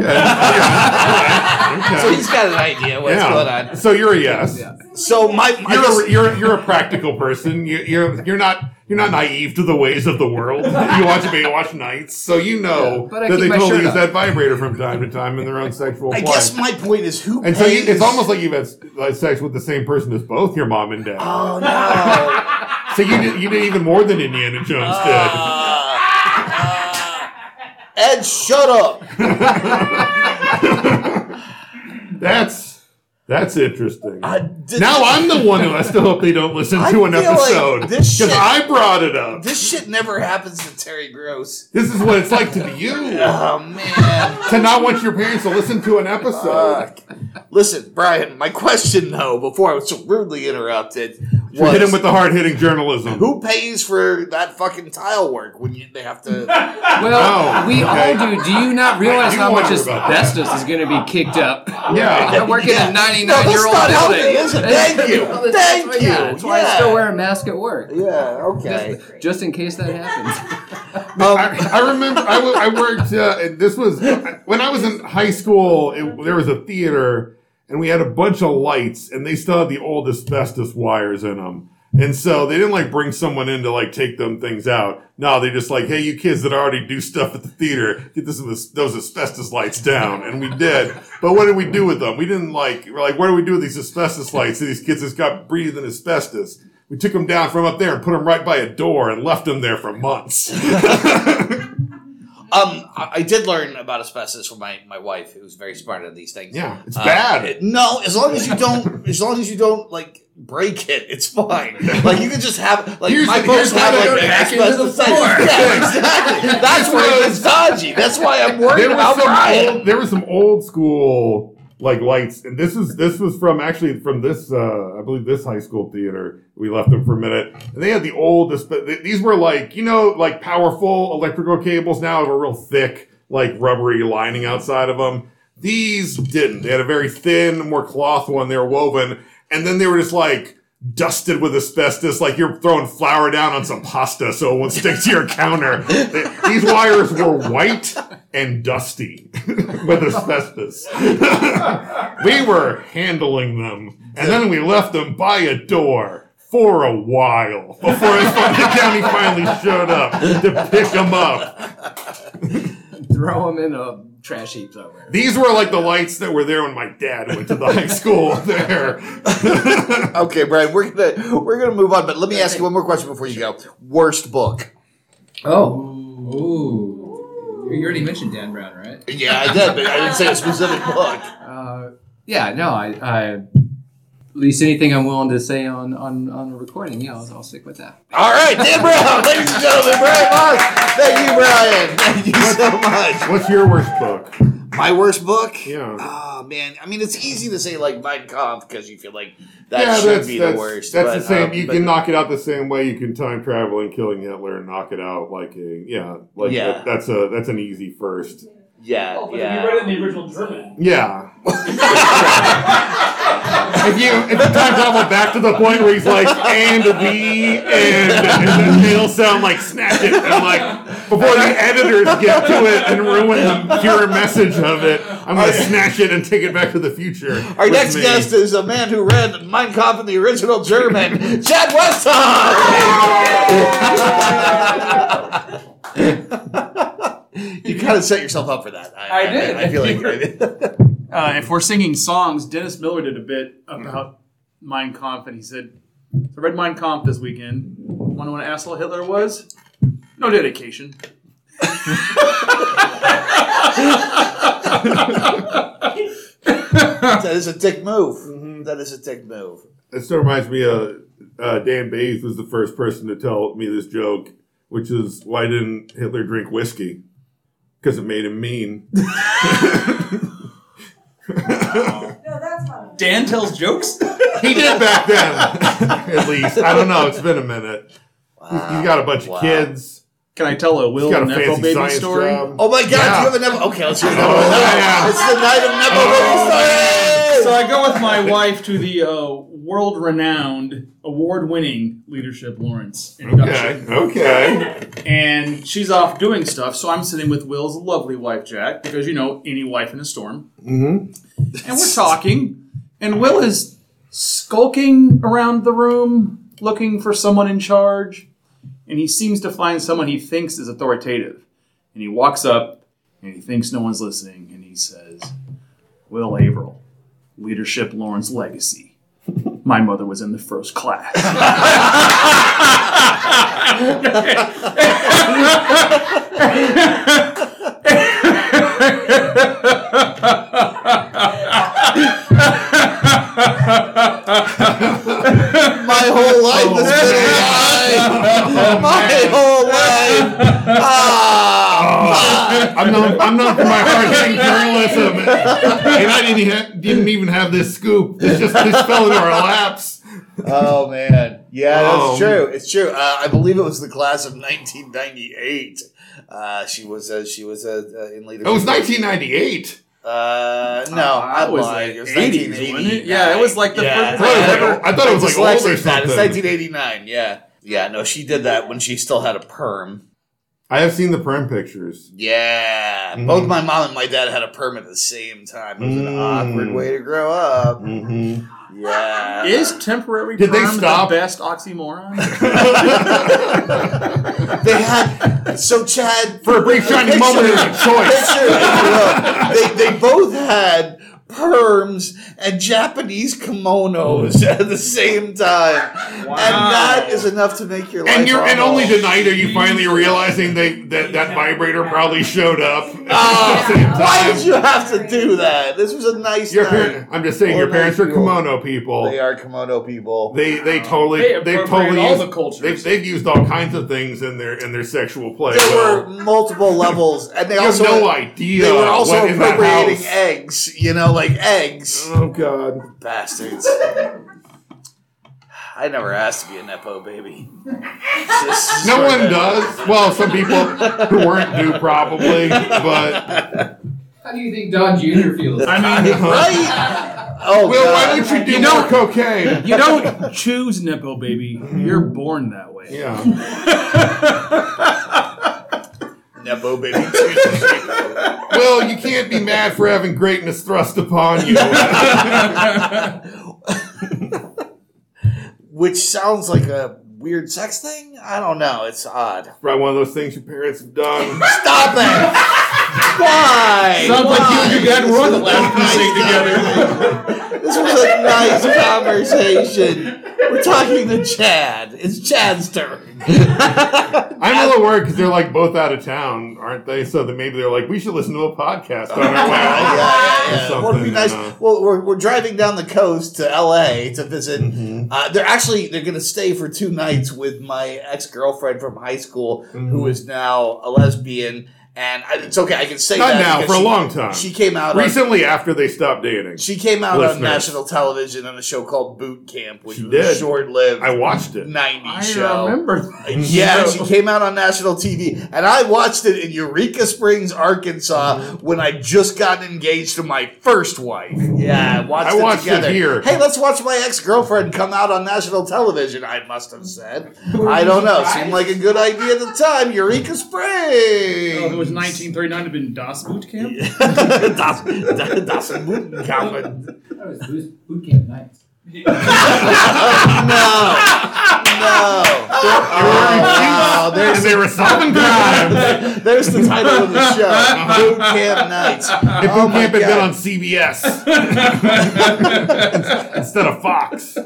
S2: *laughs*
S8: *laughs*
S2: Yeah. Okay.
S4: So he's got an idea what's
S2: Yeah.
S4: going on.
S2: So you're a yes.
S8: Yeah.
S4: So my, I guess-
S2: You're, a, you're you're a practical person. You, you're you're not you're not naive to the ways of the world. You watch Baywatch Nights, so you know
S8: Yeah, but I
S2: that
S8: keep
S2: they
S8: my
S2: totally
S8: shirt
S2: use
S8: up.
S2: that vibrator from time to time in their own sexual
S4: I
S2: play.
S4: guess my point is who
S2: and so you,
S4: pays-
S2: it's almost like you've had like, sex with the same person as both your mom and dad.
S4: *laughs* oh
S2: *laughs*
S4: no
S2: So you did, you did even more than Indiana Jones
S8: Oh.
S4: Uh, Ed shut up
S2: did. *laughs* That's that's interesting.
S4: I did-
S2: now I'm the one who has to hope they don't listen
S4: I
S2: to an
S4: feel like
S2: episode
S4: this shit-
S2: I brought it up.
S4: this shit never happens to Terry Gross
S2: This is what it's like to be you.
S4: oh man
S2: to not want your parents to listen to an episode.
S4: Fuck. listen Brian my question though before I was so rudely interrupted
S2: You
S4: was
S2: hit him with the hard hitting journalism.
S4: who pays for that fucking tile work when you, they have
S2: *laughs*
S4: to
S8: Well,
S2: Oh,
S8: we
S2: okay.
S8: all do. Do you not realize
S2: do
S8: how much
S2: wonder about that.
S8: asbestos is going to be kicked up?
S2: Yeah.
S8: I work in
S4: Yeah.
S8: a 99 year
S4: No,
S8: old
S4: that's not
S8: building.
S4: healthy, is it? Thank you.
S8: Well, *laughs* that's-
S4: Thank
S8: that's why- yeah,
S4: you.
S8: That's why
S4: Yeah.
S8: I still wear a mask at work.
S4: yeah okay Um,
S8: Just, just in case that happens. *laughs*
S2: I, I remember I wo- I worked, uh, and this was when I was in high school, it, there was a theater and we had a bunch of lights and they still had the old asbestos wires in them. And so they didn't like bring someone in to like take them things out. No, they just like, hey, you kids that already do stuff at the theater, get this those asbestos lights down. And we did. But what did we do with them? We didn't like, we're like, what do we do with these asbestos lights? These kids just got breathing asbestos. We took them down from up there and put them right by a door and left them there for months. *laughs*
S4: Um, I I did learn about asbestos from my, my wife, who's very smart at these things.
S2: Yeah, it's
S4: Uh,
S2: bad.
S4: it- no, as long as you don't, as long as you don't like break it, it's fine. Like you can just have like
S2: Here's
S4: my
S2: the-
S4: folks
S2: here's
S4: have
S2: how
S4: like
S2: they
S4: an
S2: go back
S8: into the
S4: asbestos thing.
S8: floor.
S4: *laughs* Yeah, exactly. That's where it gets dodgy. That's why I'm worried
S2: there was
S4: about
S2: some
S4: Brian.
S2: old, there was some old school like lights, and this is this was from actually from this uh, I believe this high school theater. We left them for a minute, and they had the oldest. But th- these were like you know like powerful electrical cables now have a real thick like rubbery lining outside of them. These didn't. They had a very thin, more cloth one. They were woven, and then they were just like dusted with asbestos, like you're throwing flour down on some pasta so it won't stick to your counter. These wires were white and dusty *laughs* with asbestos. *laughs* we were handling them, and then we left them by a door. For a while before the county finally showed up to pick them up.
S8: Throw them in a trash heap somewhere.
S2: These were like the lights that were there when my dad went to the
S4: *laughs*
S2: high school there. *laughs*
S4: Okay, Brian, we're gonna we're gonna move on, but let me ask you one more question before you go. Worst book?
S8: Oh. Ooh. You already mentioned Dan Brown, right?
S4: Yeah, I did, but I didn't say a specific book.
S8: Uh, yeah, no, I, I at least anything I'm willing to say on on on a recording, yeah, I'll, I'll stick with that.
S4: All right, Dan Brown, *laughs* ladies and gentlemen, Brian Moss. Thank you, Brian. Thank you so much.
S2: What's your worst book?
S4: My worst book?
S2: Yeah.
S4: Oh man, I mean it's easy to say like Mein Kampf because you feel like that
S2: yeah,
S4: should
S2: that's,
S4: be
S2: that's,
S4: the worst.
S2: That's
S4: but,
S2: the same.
S4: um,
S2: you
S4: but-
S2: can knock it out the same way you can time travel and killing Hitler and knock it out like a yeah, like
S4: Yeah.
S2: that- that's a that's an easy first.
S4: Yeah,
S5: Oh, but
S4: yeah.
S5: you read it in
S4: *laughs*
S5: the original German.
S2: Yeah. if you if you time travel back to the point where he's like and we and and then they'll sound like snatch it and like before the editors get to it and ruin the pure message of it, I'm gonna snatch it and take it back to the future.
S4: Our
S2: with
S4: next
S2: me.
S4: guest is a man who read Mein Kampf in the original
S2: *laughs*
S4: German, Chad Westall. you kind of set yourself up for that.
S6: I did.
S4: I, feel like I did.
S10: uh, if we're singing songs, Dennis Miller did a bit
S4: Mm-hmm.
S10: about Mein Kampf, and he said, "I read Mein Kampf this weekend. Want to know what an asshole Hitler was? No dedication."
S4: that is a dick move.
S10: Mm-hmm.
S4: That is a dick move.
S2: It still reminds me of uh, Dan Bays was the first person to tell me this joke, which is why didn't Hitler drink whiskey? Because it made
S4: *laughs*
S2: him mean.
S3: No, that's not.
S10: Dan tells jokes.
S2: he did back
S4: *laughs*
S2: then, at least. I don't know. It's been a minute. He's- he's got a bunch
S4: Wow.
S2: of kids.
S10: Can I tell a
S2: He's
S10: Will
S2: got a
S10: Nepo
S2: fancy
S10: baby
S2: science
S10: story?
S2: job.
S4: Oh my God!
S2: Yeah.
S4: Do you have a nepo? Okay, let's hear the
S2: Oh,
S4: nepo.
S2: yeah.
S4: It's the night of nepo baby story.
S10: So I go with my wife to the uh, world-renowned, award-winning leadership Lawrence induction.
S2: Okay. Okay.
S10: and she's off doing stuff. So I'm sitting with Will's lovely wife, Jack, because you know, any wife in a storm. Mm-hmm. And we're talking, and Will is skulking around the room looking for someone in charge, and he seems to find someone he thinks is authoritative. And he walks up, and he thinks no one's listening, and he says, Will Averill, Leadership Lawrence Legacy. My mother was in the first class.
S4: *laughs* My whole life has been
S2: Oh,
S4: a lie. My whole life. Ah,
S2: I'm not. I'm not for my hard-hitting journalism, and I didn't ha- didn't even have this scoop. This just this fell into our laps.
S4: *laughs* Oh man, yeah, that's
S2: Oh.
S4: true. It's true. Uh, I believe it was the class of 1998. Uh, she was uh, she was uh, uh, in leadership.
S2: It was 1998.
S4: Uh, no,
S10: Uh,
S4: I
S10: it was
S4: lied.
S10: like
S4: It was
S10: 80s,
S4: 1989.
S10: wasn't it? Yeah, it was like the
S4: Yeah,
S10: first-
S2: I thought it was
S4: yeah.
S2: like, I thought it was like
S4: Dyslexic
S2: old or
S4: that. It's
S2: something.
S4: 1989. Yeah, yeah. No, she did that when she still had a perm.
S2: I have seen the perm pictures.
S4: Yeah, both my mom and my dad had a perm at the same time. It was an
S2: Mm-hmm. Mm.
S4: awkward way to grow up.
S2: Mm-hmm.
S4: Yeah,
S10: Is temporary
S2: Did they
S10: perm
S2: stop?
S10: the best oxymoron?
S4: they had so Chad
S2: For a brief shiny
S4: Picture-
S2: moment, it was a choice.
S4: picture- look, they, they both had perms and Japanese kimonos
S2: Mm.
S4: at the same time.
S10: Wow.
S4: And that is enough to make your life.
S2: And you're and
S4: awful.
S2: only tonight are
S4: Mm-hmm.
S2: you finally realizing they, that that vibrator probably
S4: *laughs*
S2: showed up. *laughs* at the
S4: Ah,
S2: same time.
S4: why did you have to do that? This was a nice
S2: Your
S4: night.
S2: parents, I'm just saying,
S4: Or
S2: your parents
S4: nice
S2: are
S4: people.
S2: kimono people.
S4: They are kimono people.
S2: They they totally
S10: They
S2: they
S10: appropriate
S2: have totally
S10: all
S2: used,
S10: the cultures.
S2: They've, they've used all kinds of things in their in their sexual play.
S4: there were
S2: Well,
S4: multiple levels, and they
S2: you have
S4: also
S2: no idea.
S4: they were also
S2: what in that
S4: appropriating
S2: house-
S4: eggs. You know, like eggs.
S2: Oh God!
S4: bastards. I never asked to be a nepo baby. Just-
S2: No one does. Well, some people who weren't due probably, but
S8: How do you think Don Jr. feels?
S10: I mean,
S4: Right? Oh,
S2: Will, why
S4: God.
S2: don't you do
S10: You
S2: more
S10: don't-
S2: cocaine?
S10: You don't choose nipple, baby. You're born that way.
S2: Yeah.
S4: Nepo baby. Jesus.
S2: Will, you can't be mad for having greatness thrust
S11: *laughs*
S2: upon you.
S4: Which sounds like a weird sex thing? I don't know. It's odd.
S2: Probably one of those things your parents
S11: *laughs*
S2: have done.
S4: Stop it! Why?
S11: Sounds like you
S4: Why?
S11: and your dad were on the last crusade together.
S4: This was a nice conversation. We're talking to Chad. It's Chad's
S2: *laughs*
S4: turn.
S2: I'm a little worried because they're like both out of town, aren't they? So that maybe they're like, we should listen to a podcast on our
S4: *laughs*
S2: way
S4: Yeah, yeah, yeah.
S2: out. or
S4: Well, it'd be
S2: something, uh,
S4: nice.
S2: you know.
S4: Well, we're, we're driving down the coast to L.A. to visit.
S2: Mm-hmm.
S4: Uh, they're actually they're going to stay for two nights with my ex girlfriend from high school,
S2: Mm-hmm.
S4: who is now a lesbian. And I, it's okay, I can say
S2: Not
S4: that
S2: now,
S4: because
S2: for a
S4: she-
S2: long time.
S4: She came out on-
S2: Recently, after they stopped dating,
S4: she came out
S2: Listeners.
S4: on national television on a show called Boot Camp, which
S2: She
S4: was a
S2: did.
S4: short lived
S2: I watched it.
S4: '90s
S10: I
S4: show.
S10: remember.
S4: Yeah, she came out on national TV, and I watched it in Eureka Springs, Arkansas, when I just got engaged to my first wife. Yeah, I watched
S2: I
S4: it
S2: watched it
S4: together.
S2: here.
S4: Hey, let's watch my ex girlfriend come out on national television. I must have said. I don't know. Seemed like a good idea at the time. Eureka
S10: Oh, if it was
S4: *laughs* Springs.
S10: 1939. It'd been Das Boot Camp.
S4: Das- *laughs* das- das
S2: *laughs*
S4: Muttenkampf.
S11: That was boot, boot camp night.
S4: *laughs* No, no. Oh, there's
S2: and they
S4: *laughs*
S2: were solving crime.
S4: There's the title of the show, Boot Camp Nights.
S2: If
S4: Oh
S2: Boot
S4: my
S2: Camp had
S4: God.
S2: been on CBS *laughs* instead of Fox.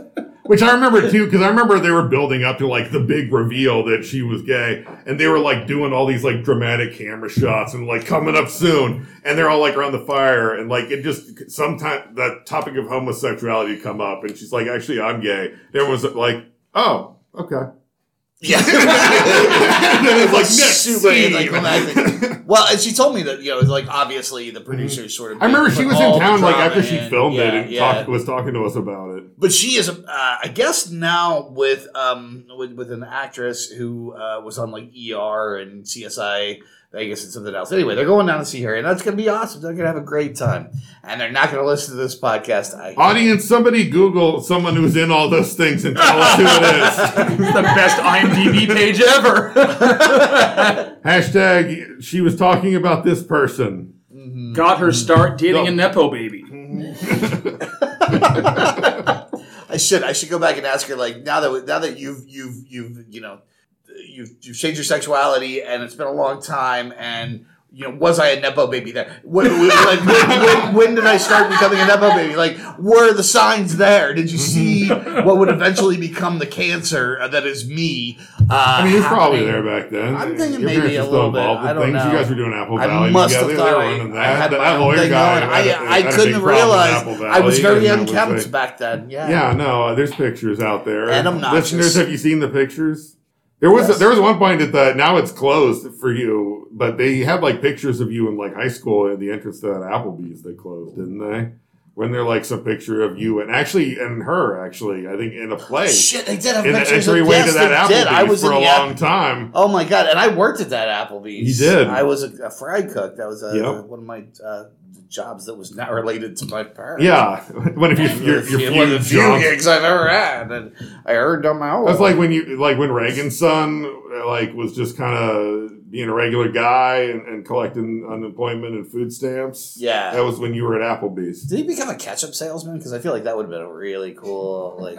S2: Which I remember too, because I remember they were building up to like the big reveal that she was gay, and they were like doing all these like dramatic camera shots and like coming up soon, and they're all like around the fire, and like it just sometimes that topic of homosexuality come up, and she's like, actually, I'm gay. And everyone's like, oh, okay.
S4: Yeah.
S2: *laughs* And then it's like next
S4: super
S2: scene.
S4: anticlimactic. well, and she told me that you know, like obviously the producers sort of.
S2: I remember
S4: put
S2: she was
S4: all the
S2: in town like
S4: drama
S2: after she
S4: in.
S2: filmed
S4: Yeah,
S2: it and
S4: yeah.
S2: talked, was talking to us about it.
S4: But she is, uh, I guess, now with um with, with an actress who uh, was on like ER and CSI. I guess it's something else. Anyway, they're going down to see her, and that's going to be awesome. They're going to have a great time, and they're not going to listen to this podcast. I
S2: Audience, somebody Google someone who's in all those things and tell us who it is.
S4: *laughs*
S10: It's the best IMDb page ever.
S2: Hashtag, she was talking about this person.
S10: Got her start dating a nepo baby.
S4: I should. I should go back and ask her. Like now that now that you've you've you've you know you've you've changed your sexuality and it's been a long time and you know was I a nepo baby there? When, when, like, when, when, when did I start becoming a nepo baby? Like were the signs there? Did you
S2: *laughs*
S4: see what would eventually become the cancer that is me? Uh,
S2: I mean, he was probably there back then.
S4: I'm thinking
S2: Your
S4: maybe
S2: parents
S4: a
S2: were still
S4: little bit.
S2: involved with
S4: I don't
S2: things.
S4: know.
S2: You guys were doing Apple
S4: I
S2: Valley
S4: must
S2: together.
S4: have thought
S2: They were
S4: I-
S2: running
S4: I
S2: that.
S4: had
S2: That
S4: my own
S2: lawyer
S4: thing
S2: guy
S4: going.
S2: had a-
S4: I, I
S2: had a big
S4: couldn't
S2: problem in
S4: realize
S2: Apple
S4: I was
S2: Valley,
S4: very
S2: and that
S4: unkempt
S2: like-
S4: back then. Yeah.
S2: Yeah, no, uh, there's pictures out there.
S4: And obnoxious.
S2: Listeners, have you seen the pictures? There was
S4: Yes.
S2: there was one point at the now it's closed for you, but they had like pictures of you in like high school at the entrance to that Applebee's that closed, didn't they? When they're like some picture of you and actually and her actually, I think in a play
S4: Shit, they did have
S2: in the
S4: pictures of
S2: entryway
S4: yes,
S2: to that
S4: they
S2: Applebee's
S4: did. I was
S2: for
S4: in
S2: a
S4: the App-
S2: long time.
S4: Oh my god! And I worked at that Applebee's.
S2: You did.
S4: I was a, a fry cook. That was a,
S2: Yep.
S4: one of my uh, jobs that was not related to my parents.
S2: Yeah, *laughs* one of your your, your
S4: Yeah,
S2: few
S4: one of the few
S2: jobs.
S4: gigs I've ever had, and I earned on my own.
S2: That's like when you like when Reagan's son like was just kind of being a regular guy and, and collecting unemployment and food stamps.
S4: Yeah.
S2: that was when you were at Applebee's.
S4: did he become a ketchup salesman? Because I feel like that would have been really cool. Like,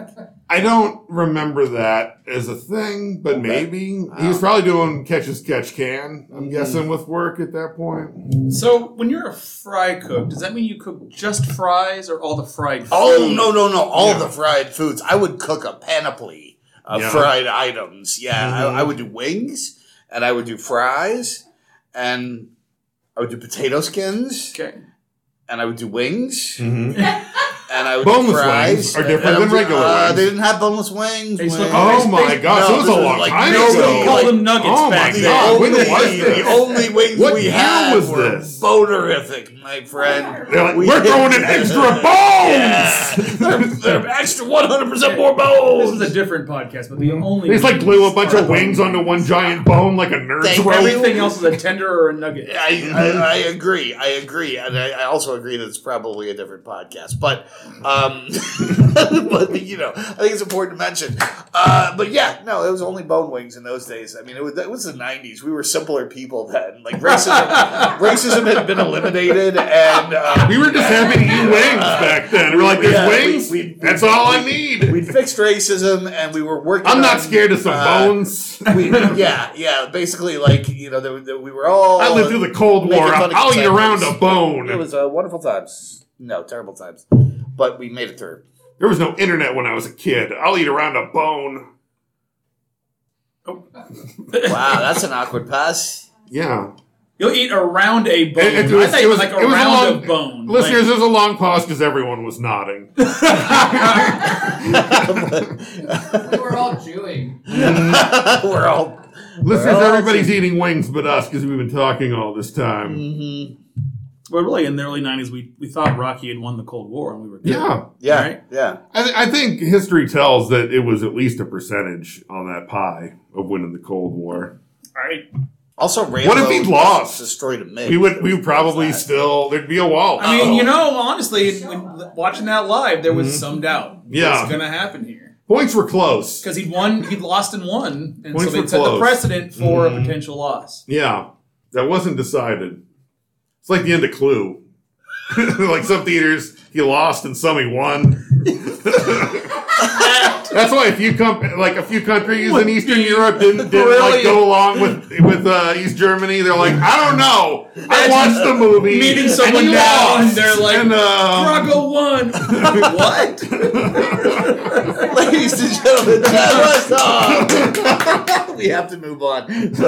S2: I don't remember that as a thing, but maybe he was probably doing catch as catch can. I'm guessing with work at that point.
S10: So, when you're a fry cook, does that mean you cook just fries or all the fried?
S4: oh
S10: food?
S4: no, no, no! All
S2: Yeah.
S4: the fried foods. I would cook a panoply of
S2: Yeah. Mm-hmm.
S4: fried items. Yeah, I, I would do wings, and I would do fries, and I would do potato skins,
S10: Okay.
S4: and I would do wings.
S2: Mm-hmm.
S4: and I would
S2: Boneless
S4: do fries.
S2: wings are different
S4: And I
S2: than
S4: would-
S2: regular
S4: uh,
S2: wings.
S4: They didn't have boneless wings.
S10: They used to look
S4: when-
S10: like-
S2: Oh my gosh,
S4: No,
S2: it was
S4: this
S2: a
S4: is
S2: long
S4: like
S2: time
S4: nobody
S2: ago.
S4: called
S10: them nuggets
S2: oh
S10: back
S2: my
S10: then.
S2: god, when
S4: the,
S2: was
S4: only, the
S2: this?
S4: only wings
S2: What
S4: we
S2: year
S4: had
S2: was
S4: were
S2: this?
S4: bonerific, my friend.
S2: They're like,
S4: *laughs* We-
S2: we're throwing in extra bones.
S4: *laughs* Yeah.
S2: *laughs*
S4: They're, they're extra 100% more
S10: This is
S4: bones.
S10: a different podcast, but the only
S2: They just like blew a bunch
S10: are
S2: of wings onto one giant bone like a nerd's
S4: They-
S2: rope.
S10: Everything else is a tender or a nugget.
S2: *laughs*
S4: I, I, I agree. I agree. And I, I also agree that it's probably a different podcast. But Um, *laughs* but you know, I think it's important to mention. Uh, but yeah, no, it was only bone wings in those days. I mean, it was, it was the '90s. We were simpler people then. Like
S2: *laughs*
S4: racism, racism had been eliminated, and uh,
S2: We were just happy to eat wings back then. We were like, "There's wings? That's all I
S4: need." We fixed racism, and we were working.
S2: I'm not
S4: on,
S2: scared of some
S4: uh,
S2: bones.
S4: we, yeah, yeah. Basically, like you know, there, were- there, we were all.
S2: I lived through the Cold War.
S4: making fun of
S2: I'll eat around
S4: conservatives.
S2: a bone.
S4: It was uh, wonderful times. No, terrible times, but we made it through.
S2: There was no internet when I was a kid. I'll eat around a bone.
S4: Wow, that's an awkward *laughs* pass.
S2: Yeah.
S10: You'll eat around a bone.
S2: It- it
S10: I thought you meant like
S2: it was
S10: around a,
S2: long-
S10: bone.
S2: Listeners,
S10: like,
S2: there's a long pause because everyone was nodding.
S11: We're all chewing.
S4: we're all.
S2: Listeners,
S11: Well,
S2: everybody's eating wings but us because we've been talking all this time.
S4: Mm.
S10: Mm-hmm. well, really, in the early '90s, we, we thought Rocky had won the Cold War, and we were good.
S2: Yeah.
S4: Yeah,
S10: Right?
S4: yeah.
S2: I, th- I think history tells that it was at least a percentage on that pie of winning the Cold War.
S10: Right.
S4: Also, Rambo
S2: What if he'd lost?
S4: Destroyed a mid.
S2: We would, we would probably still, there'd be a wall.
S10: I mean, you know, honestly, when, watching that live, there was some doubt.
S2: Mm-hmm. Yeah.
S10: what's going to happen here?
S2: Points were close.
S10: Because he'd won, he'd lost and won, and
S2: Points
S10: so
S2: were
S10: they set the
S2: close.
S10: precedent for
S2: Mhm.
S10: a potential loss.
S2: Yeah, that wasn't decided. It's like the end of Clue. *laughs* like some theaters, he lost and some he
S10: *laughs*
S2: won. That's why a few com- like a few countries in Eastern Europe didn't, didn't like go along with with uh, East Germany. They're like, I don't know. I watched the movie.
S10: Meeting
S2: and
S10: someone
S2: he
S10: now, and
S2: lost."
S10: they're like,
S2: And, um,
S10: Drago won. what?
S4: *laughs*
S2: *laughs*
S4: Ladies and gentlemen, that was all. *laughs* we have to move on. So,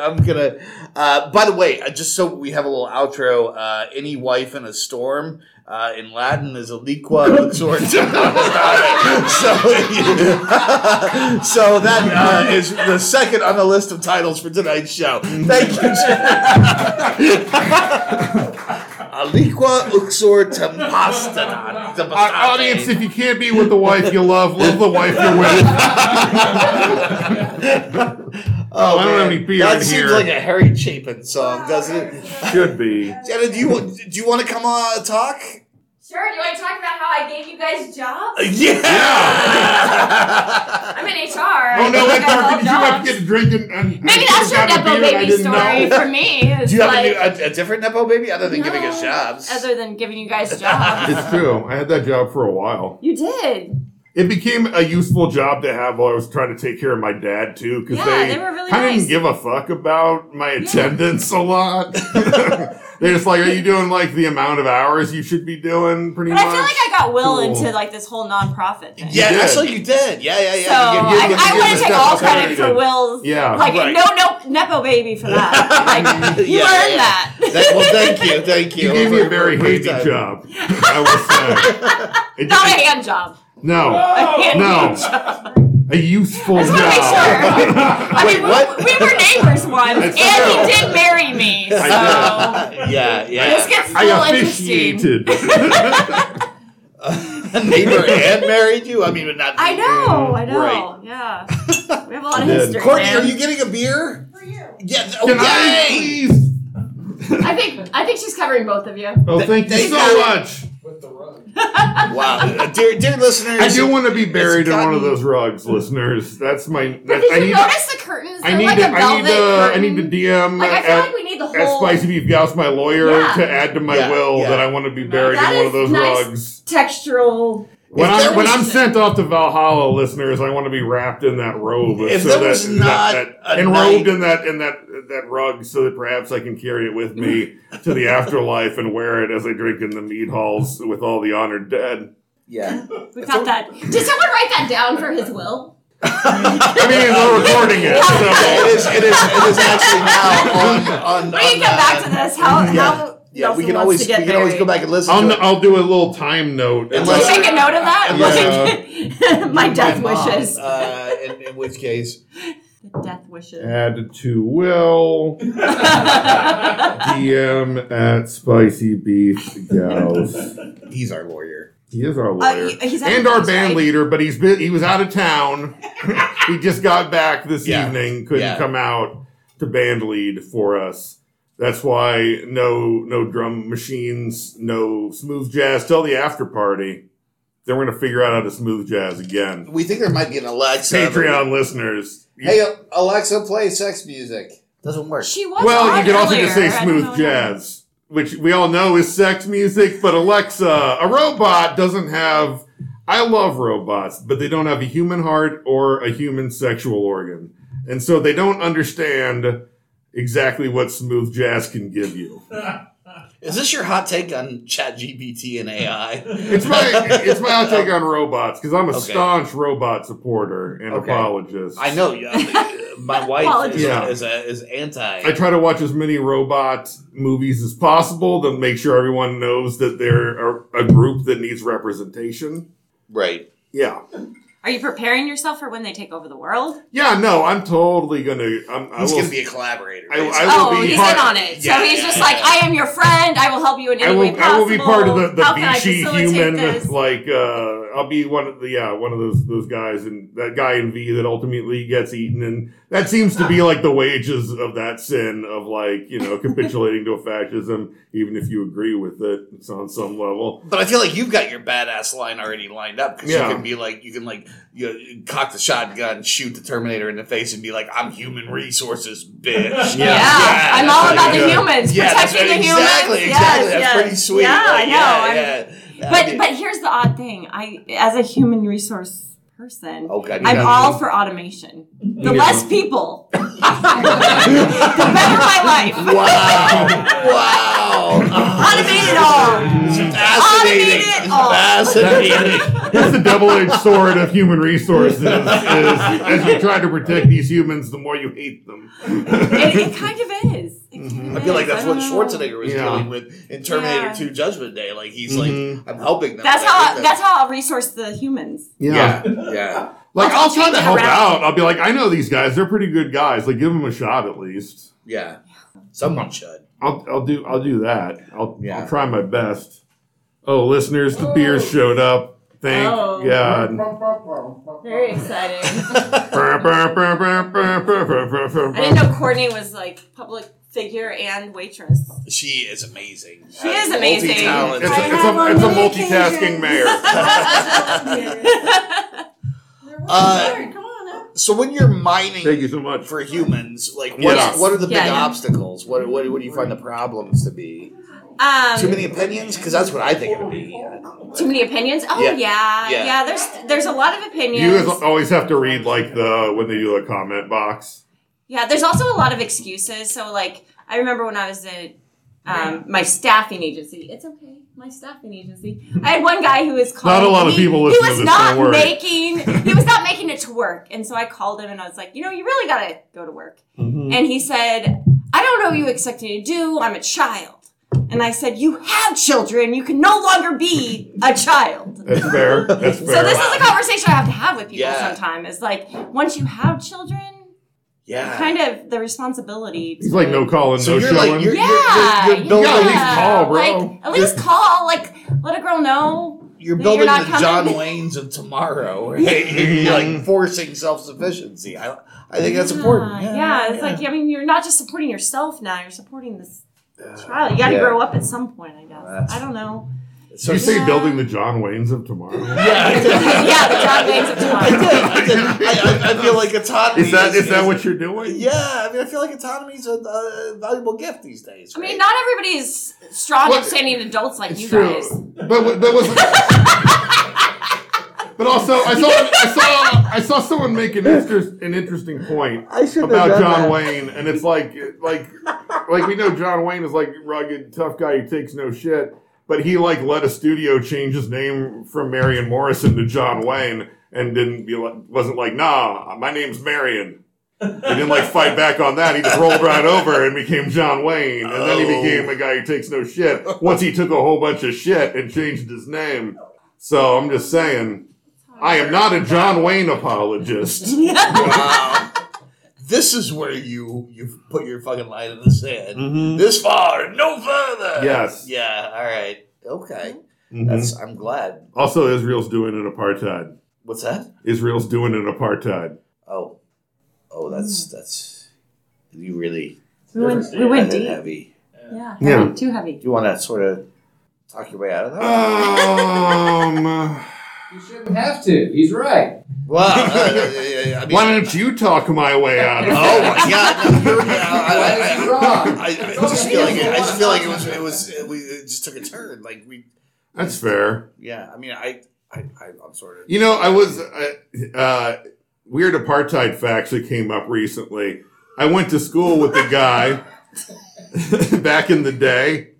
S4: I'm gonna. Uh, by the way, uh, just so we have a little outro, uh, any wife in a storm uh, in Latin is aliqua *laughs* luxorem. so, *laughs* so that uh, is the second on the list of titles for tonight's show. Thank you. *laughs* aliqua uxor tempasta.
S2: Our audience, if you can't be with the wife you love, love the wife you're with.
S4: Oh,
S2: I don't
S4: man.
S2: have any beer
S4: That
S2: in
S4: seems
S2: here.
S4: like a Harry Chapin song, doesn't
S9: *laughs*
S4: it?
S2: *laughs* Should be.
S4: Jenna, do you wa- do you want to come on and
S9: *laughs*
S4: talk?
S9: Sure, do you want to talk about how I gave you guys jobs?
S4: *laughs* Yeah. *laughs*
S9: I'm in HR.
S2: Oh no, that's
S9: I guess I'll
S2: our. Did you
S9: jobs.
S2: have to get drinking?
S9: Maybe that's your Nepo baby story
S2: *laughs*
S9: for me. It's
S4: Do you have
S9: like,
S4: a, new, a, a different nepo baby other than giving us
S9: No.
S4: jobs?
S9: Other than giving you guys
S4: *laughs*
S9: jobs.
S2: It's true. I had that job for a while.
S9: you did.
S2: It became a useful job to have while I was trying to take care of my dad too, because
S9: Yeah,
S2: they,
S9: they were really
S2: kinda
S9: nice.
S2: didn't give a fuck about my attendance a lot. *laughs* They're just like, "Are you doing like the amount of hours you should be doing?" Pretty
S9: But
S2: much.
S9: I feel like I got Will
S2: Cool.
S9: into like this whole nonprofit thing.
S4: yeah,
S2: You did.
S4: actually you did. Yeah, yeah, yeah.
S9: So I, I want to take all credit for
S2: Will.
S9: Will's.
S2: Yeah,
S9: Like
S4: right.
S9: no, no, nepo baby for that. Like you
S4: *laughs* Yeah,
S9: earned
S4: yeah.
S9: that.
S4: That-
S9: *laughs*
S4: well, thank you, thank you.
S2: You gave me a very
S4: Great
S2: hazy
S4: time.
S2: job. I will say.
S9: *laughs*
S2: It-
S9: Not a hand job. *laughs*
S2: no,
S9: A hand
S2: no,
S9: job.
S2: a useful
S9: I just wanna
S2: *laughs* job.
S9: make I
S4: Wait,
S9: mean,
S4: what?
S9: We, we were neighbors once, and
S2: That's
S9: he
S2: true.
S9: did marry me. So
S2: I
S4: *laughs* Yeah,
S9: this
S4: yeah.
S9: gets a little
S2: I
S9: interesting.
S2: officiated.
S4: A *laughs* neighbor and married you. I mean, but not.
S9: I know, I know.
S4: Right.
S9: Yeah, *laughs* we have a lot
S2: I
S9: of
S2: did.
S9: history.
S4: Courtney,
S9: man.
S4: are you getting a beer?
S3: For you.
S4: Yeah. th-
S2: *laughs* Can I
S4: Okay.
S2: please?
S9: I think I think she's covering both of you.
S2: Oh, thank you
S4: Thank
S2: so
S4: you.
S2: much.
S11: With the rug.
S9: *laughs*
S4: Wow, Uh, dear, dear listeners.
S2: I do want to be buried in one of
S4: gotten-
S2: those rugs, listeners. That's my.
S9: But
S2: That's,
S9: did
S2: I
S9: you
S2: need.
S9: notice the curtains? They're
S2: I need
S9: like
S2: to.
S9: a velvet
S2: I need to. I need to
S9: curtain.
S2: DM
S9: Like I feel
S2: at,
S9: like we need the
S2: at
S9: whole
S2: Spicy Beef Gals, my lawyer,
S9: Yeah.
S2: to add to my
S4: Yeah,
S2: will
S4: yeah.
S2: that I want to be buried
S9: That
S2: in one of those
S9: is nice.
S2: rugs.
S9: textural.
S2: When
S4: there
S2: I'm when
S4: was-
S2: I'm sent off to Valhalla, listeners, I want to be wrapped in that robe.
S4: If
S2: so
S4: there
S2: that,
S4: was
S2: that-
S4: not
S2: that,
S4: a
S2: and
S4: night-
S2: robed in that in that that rug, so that perhaps I can carry it
S4: *laughs*
S2: with me to the afterlife and wear it as I drink in the mead halls with all the honored dead.
S4: Yeah.
S9: We got that. Did someone write that down for his will?
S2: *laughs* I mean, we're recording
S4: *laughs*
S2: it.
S4: it
S2: So.
S4: is. It is. It is actually now on. on
S9: We can
S4: on,
S9: come
S4: uh,
S9: back to this. How
S4: yeah.
S9: how
S4: Yeah,
S9: Nelson
S4: we can
S9: wants
S4: always
S9: to
S4: we
S9: get
S4: can always
S9: buried.
S4: go back and listen.
S2: I'll,
S4: to
S2: n- I'll do a little time note.
S9: Can
S4: Unless-
S9: you make a note of that?
S2: Yeah.
S9: Like, *laughs* my
S4: *laughs*
S9: death wishes.
S4: Um, Uh, in, in which case,
S9: death *laughs* wishes.
S2: Add to Will.
S9: Uh,
S2: DM at Spicy Beef Gals.
S4: he's our lawyer.
S2: He is our
S9: Uh,
S2: lawyer.
S9: he- he's out
S2: and
S9: of
S2: our
S9: business,
S2: band
S9: right?
S2: leader, but he's been, he was out of town. he just got back this
S4: Yeah.
S2: evening, couldn't
S4: Yeah.
S2: come out to band lead for us. That's why no no drum machines, no smooth jazz till the after party. Then we're gonna figure out how to smooth jazz again.
S4: We think there might be an Alexa.
S2: Patreon listeners.
S4: Hey, Alexa, play sex music. Doesn't work.
S9: She was
S2: Well,
S9: on
S2: you could also just say
S9: earlier. I don't know
S2: smooth
S9: what
S2: jazz, which we all know is sex music, but Alexa, a robot doesn't have. I love robots, but they don't have a human heart or a human sexual organ. And so they don't understand exactly what smooth jazz can give you.
S4: Is this your hot take on ChatGPT and AI?
S9: *laughs*
S2: It's my it's my
S4: *laughs*
S2: hot take on robots because I'm a
S4: Oh. Okay.
S2: staunch robot supporter and
S4: Okay.
S2: apologist.
S4: I know.
S9: *laughs*
S4: yeah. My wife is,
S2: Yeah.
S4: is, a, is anti.
S2: I try to watch as many robot movies as possible to make sure everyone knows that they're a, a group that needs representation.
S4: Right.
S2: Yeah.
S9: Are you preparing yourself for when they take over the world?
S2: Yeah. No, I'm totally gonna. I'm, I
S4: He's
S2: will,
S4: gonna be a collaborator.
S2: I, I will
S9: oh,
S2: be
S9: he's
S2: part,
S9: in on it.
S4: Yeah,
S9: so he's
S4: yeah,
S9: just
S4: yeah.
S9: like, I am your friend. I will help you in
S2: I
S9: any way
S2: will.
S9: possible.
S2: I will be part of the, the
S9: How can I
S2: Vichy
S9: facilitate
S2: human.
S9: This?
S2: Like, uh, I'll be one of the yeah, one of those those guys and that guy in V that ultimately gets eaten, and that seems to be like the wages of that sin of like you know capitulating to a fascism, even if you agree with it. It's on some level.
S4: But I feel like you've got your badass line already lined up because
S2: Yeah.
S4: you can be like, you can like, you know, you cock the shotgun, shoot the Terminator in the face, and be like, "I'm human resources, bitch."
S9: Yeah. I'm all about the humans, protecting
S4: that's-
S9: the humans.
S4: Exactly,
S9: Yes,
S4: exactly. That's
S9: yes.
S4: pretty sweet.
S9: Yeah, I
S4: Like,
S9: know. I'm-
S4: yeah, yeah. I
S9: But
S4: mean-
S9: but here's the odd thing. I as a human resource person,
S4: Oh, God, you
S9: I'm
S4: got *laughs*
S9: all
S4: me.
S9: for automation. The
S4: Yeah.
S9: less
S4: *laughs*
S9: people, the better my life.
S4: wow! wow!
S9: Automate it all.
S4: Fascinating.
S9: Automate it all.
S4: Fascinating.
S2: That's the double edged sword of human resources. Is, as you try to protect these humans, the more you hate them. *laughs*
S9: It, it kind of is. It kind
S4: Mm-hmm. I
S9: of
S4: feel like
S9: is.
S4: that's
S9: I
S4: what
S9: don't know.
S4: Schwarzenegger was
S2: Yeah.
S4: dealing with in Terminator
S9: Yeah.
S4: 2 Judgment Day. Like, he's
S2: Mhm.
S4: like, I'm helping them.
S9: That's
S4: but I
S9: how
S4: think
S9: that's how I'll resource the humans.
S2: yeah.
S4: Yeah. yeah.
S2: Like I'll try
S9: change
S2: to
S9: it
S2: help
S9: around.
S2: out. I'll be like, I know these guys; they're pretty good guys. Like, give them a shot at least.
S4: Yeah. Someone
S9: *laughs*
S4: should.
S2: I'll, I'll do I'll do that. I'll,
S4: Yeah.
S2: I'll try my best. Oh, listeners, the beers showed up. Thank
S9: Oh.
S2: God.
S9: Very exciting.
S2: Brr, brr, brr, brr, brr, brr, brr, brr, brr,
S9: I didn't
S2: brr.
S9: know Courtney was like public figure and waitress.
S4: She is amazing.
S9: She is amazing.
S2: It's
S4: Multi-talented.
S2: a, it's
S7: have
S2: a,
S7: on
S2: it's a
S7: many
S2: multitasking
S7: occasions.
S9: *laughs*
S2: mayor.
S4: Uh,
S7: come
S4: *laughs*
S7: on
S9: *laughs*
S7: now.
S4: So when you're mining
S2: Thank you so much.
S4: for humans, like, what,
S2: Yes.
S4: what are the big
S9: Yeah, yeah.
S4: obstacles? What, what, what do you find the problems to be?
S9: Um,
S4: Too many opinions? Because that's what I think it'll be.
S9: Too many opinions. Oh
S4: Yeah.
S9: yeah. yeah,
S4: Yeah.
S9: There's there's a lot of opinions.
S2: You guys always have to read like the when they do the comment box.
S9: yeah, there's also a lot of excuses. So like, I remember when I was at um, my staffing agency. It's okay, my staffing agency. I had one guy who was calling.
S2: a lot of
S9: he-
S2: people
S9: He
S2: listen to
S9: was
S2: this,
S9: not
S2: don't worry. *laughs*
S9: making. He was not making it to work, and so I called him and I was like, you know, you really gotta go to work.
S2: Mm-hmm.
S9: And he said, I don't know what you expect me to do. I'm a child. And I said, You have children. You can no longer be a child.
S4: *laughs*
S2: That's fair. That's fair.
S9: So this is the conversation I have to have with people
S4: Yeah.
S9: sometime. Is like once you have children,
S4: Yeah.
S9: kind of the responsibility. To,
S2: Uh, He's like no calling,
S4: so
S2: no
S4: you're
S2: showing.
S4: like, you're,
S9: yeah,
S4: you're, you're,
S9: yeah,
S4: you're building,
S2: at least call, bro.
S9: Like at least call. Like let a girl know.
S4: you're
S9: You're
S4: building
S9: not
S4: the
S9: coming. Mm.
S4: John Waynes of
S9: *laughs*
S4: tomorrow. Right? you're like forcing self sufficiency. I, I think that's important.
S9: Yeah, it's like I mean, you're not just supporting yourself now. You're supporting this
S4: Yeah.
S9: child. You got to
S4: Yeah.
S9: grow up at some point, I guess.
S4: That's-
S9: I don't know.
S4: So
S2: you say
S9: Yeah.
S2: building the John Waynes of tomorrow.
S4: yeah,
S9: *laughs* yeah, the John Wayne's of
S4: *laughs* I, did,
S9: tomorrow.
S4: I, did. I, I, I feel like autonomy
S2: Is that is that
S4: is-
S2: what you're doing?
S4: Yeah, I mean, I feel like autonomy is a, a valuable gift these days.
S9: I mean,
S4: right?
S9: not everybody's strong,
S2: What-
S9: upstanding adults like you guys.
S2: But wa- that was. *laughs* but also, I saw I saw I saw someone make an interest an interesting point
S4: I shouldn't have
S2: about
S4: done
S2: John
S4: that.
S2: Wayne, and it's like like like we know John Wayne is like rugged tough guy who takes no shit, but he like let a studio change his name from Marion Morrison to John Wayne, and didn't be like wasn't like nah, my name's Marion. He didn't like fight back on that. He just rolled right over and became John Wayne, and then he
S4: Oh.
S2: became a guy who takes no shit. Once he took a whole bunch of shit and changed his name, so I'm just saying, I am not a John Wayne apologist.
S4: wow. This is where you you put your fucking line in the sand. This far, no further.
S2: Yes.
S4: Yeah. All right. Okay.
S9: Mm-hmm.
S2: Mhm.
S4: That's. I'm glad.
S2: Also, Israel's doing an apartheid.
S4: What's that?
S2: Israel's doing an apartheid.
S4: Oh. Oh, that's that's. You really.
S9: We went, Hmm. we went deep. Yeah.
S4: Yeah.
S9: Too heavy.
S4: You want to sort of talk your way out of that?
S2: Um,
S11: You shouldn't have to. He's right.
S4: *laughs* *laughs* Well, uh, I mean,
S2: *laughs* Why don't you talk my way out of it?
S4: *laughs* oh my god! No, you're- *laughs* I, I, I,
S11: Wrong.
S4: I, I just feel like it, I just feel like it was it was it, we, it just took a turn. Like we,
S2: That's fair.
S4: yeah. I mean, I, I, I I'm sort of
S2: You know, I was uh, uh, weird apartheid facts that came up recently. I went to school with a guy *laughs* back in the day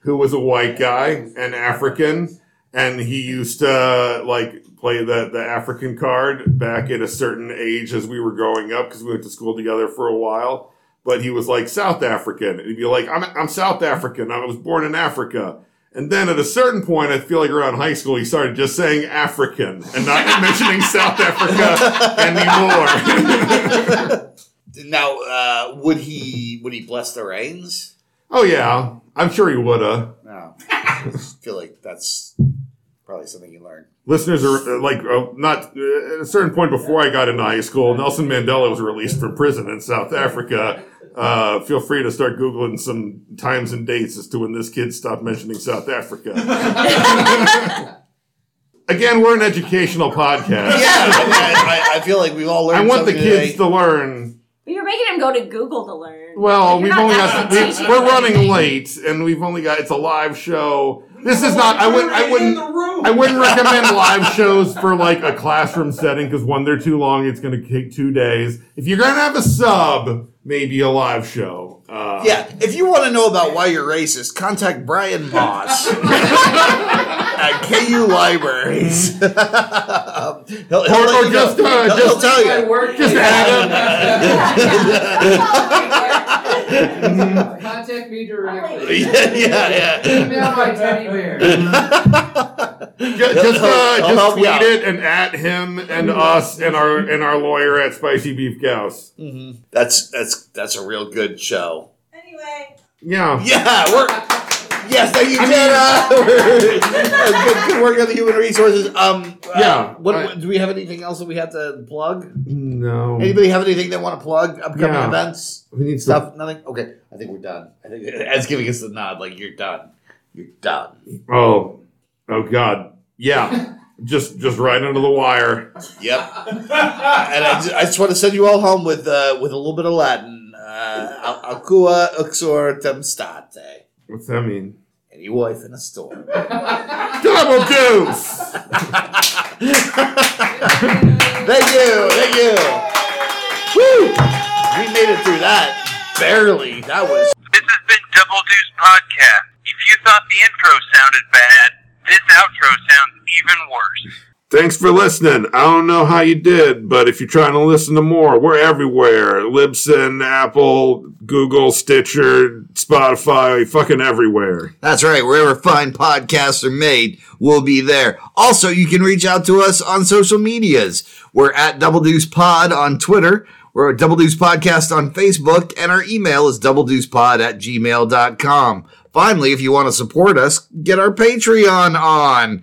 S2: who was a white guy and African, and he used to like play the the African card back at a certain age as we were growing up because we went to school together for a while. But he was like South African, and he'd be like, "I'm I'm South African. I was born in Africa." And then at a certain point, I feel like around high school, he started just saying African and not *laughs* mentioning South
S4: *laughs*
S2: Africa anymore. *laughs*
S4: now. Uh, would he would he bless the reins?
S2: oh yeah, I'm sure he woulda.
S4: No, I just feel like that's probably something you learn.
S2: Listeners are uh, like uh, not uh, at a certain point before I got into high school, Nelson Mandela was released from prison in South Africa. Uh, feel free to start googling some times and dates as to when this kid stopped mentioning
S4: *laughs*
S2: South Africa. Again, we're an educational podcast.
S4: Yeah, I, I, I feel like we've all learned.
S2: I want the
S4: something today.
S2: kids to learn
S9: But you're making him go to Google to learn.
S2: Well,
S9: Like,
S2: we've
S9: you're
S2: only
S9: not
S2: got
S9: actually
S2: we,
S9: teaching
S2: we're
S9: him
S2: running
S9: anything.
S2: late, and we've only got it's a live show. This is not. I wouldn't. I
S5: In
S2: wouldn't.
S5: the room.
S2: I wouldn't recommend live shows for like a classroom setting because one, they're too long. It's going to take two days. If you're going to have a sub, maybe a live show. Uh,
S4: Yeah, if you want to know about why you're racist, contact Brian
S2: *laughs*
S4: Moss at KU Libraries. *laughs* he'll, he'll
S2: Or-
S4: let
S2: or
S4: you
S2: just,
S4: know.
S2: uh,
S4: He'll-
S2: just-
S4: he'll tell
S11: I
S4: you.
S11: work
S2: Just
S11: here.
S2: add
S11: Contact me directly.
S4: *laughs* yeah, yeah, yeah.
S11: Email my teddy bear.
S2: Ju- Just, uh,
S4: I'll
S2: just
S4: help you
S2: tweet
S4: out.
S2: it and at him and us and our and our lawyer at Spicy Beef Gouse.
S4: *laughs* That's that's that's a real good show.
S3: Anyway,
S2: Yeah.
S4: Yeah, we're yes, thank you,
S2: I
S4: Jenna.
S2: mean-
S4: *laughs* We're- uh, good, good work on the human resources. Um, uh,
S2: Yeah,
S4: what,
S2: I-
S4: what- do we have anything else that we have to plug?
S2: No.
S4: Anybody have anything they want to plug? Upcoming
S2: Yeah.
S4: events?
S2: We need stuff.
S4: Stuff? Nothing? Okay, I think we're done. I think *laughs* Ed's giving us the nod, like you're done. You're done.
S2: Oh. Oh God. Yeah. just just right under the wire.
S4: Yep. and I just, I just want to send you all home with uh, with a little bit of Latin. Uh, "Al- Alcua uxor temstate.
S2: What's that mean?
S4: Any wife in a storm.
S2: Double deuce.
S4: *laughs* Thank you. Thank you. Woo! We made it through that. Barely. That was.
S12: This has been Double Deuce Podcast. If you thought the intro sounded bad, this outro sounds even worse.
S2: Thanks for listening. I don't know how you did, but if you're trying to listen to more, we're everywhere. Libsyn, Apple, Google, Stitcher, Spotify, fucking everywhere.
S4: That's right. Wherever fine podcasts are made, we'll be there. Also, you can reach out to us on social medias. We're at Double Deuce Pod on Twitter. We're at Double Deuce Podcast on Facebook, and our email is doubledeucepod at gmail.com. Finally, if you want to support us, get our Patreon on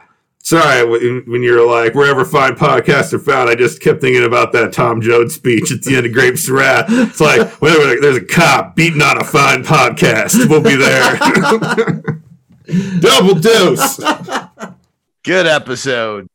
S2: Sorry, when when you were like, wherever fine podcasts are found, I just kept thinking about that Tom Joad speech at the end of Grapes of Wrath. It's like, *laughs* whenever there's a cop beating on a fine podcast, we'll be there. *laughs* Double deuce.
S4: Good episode.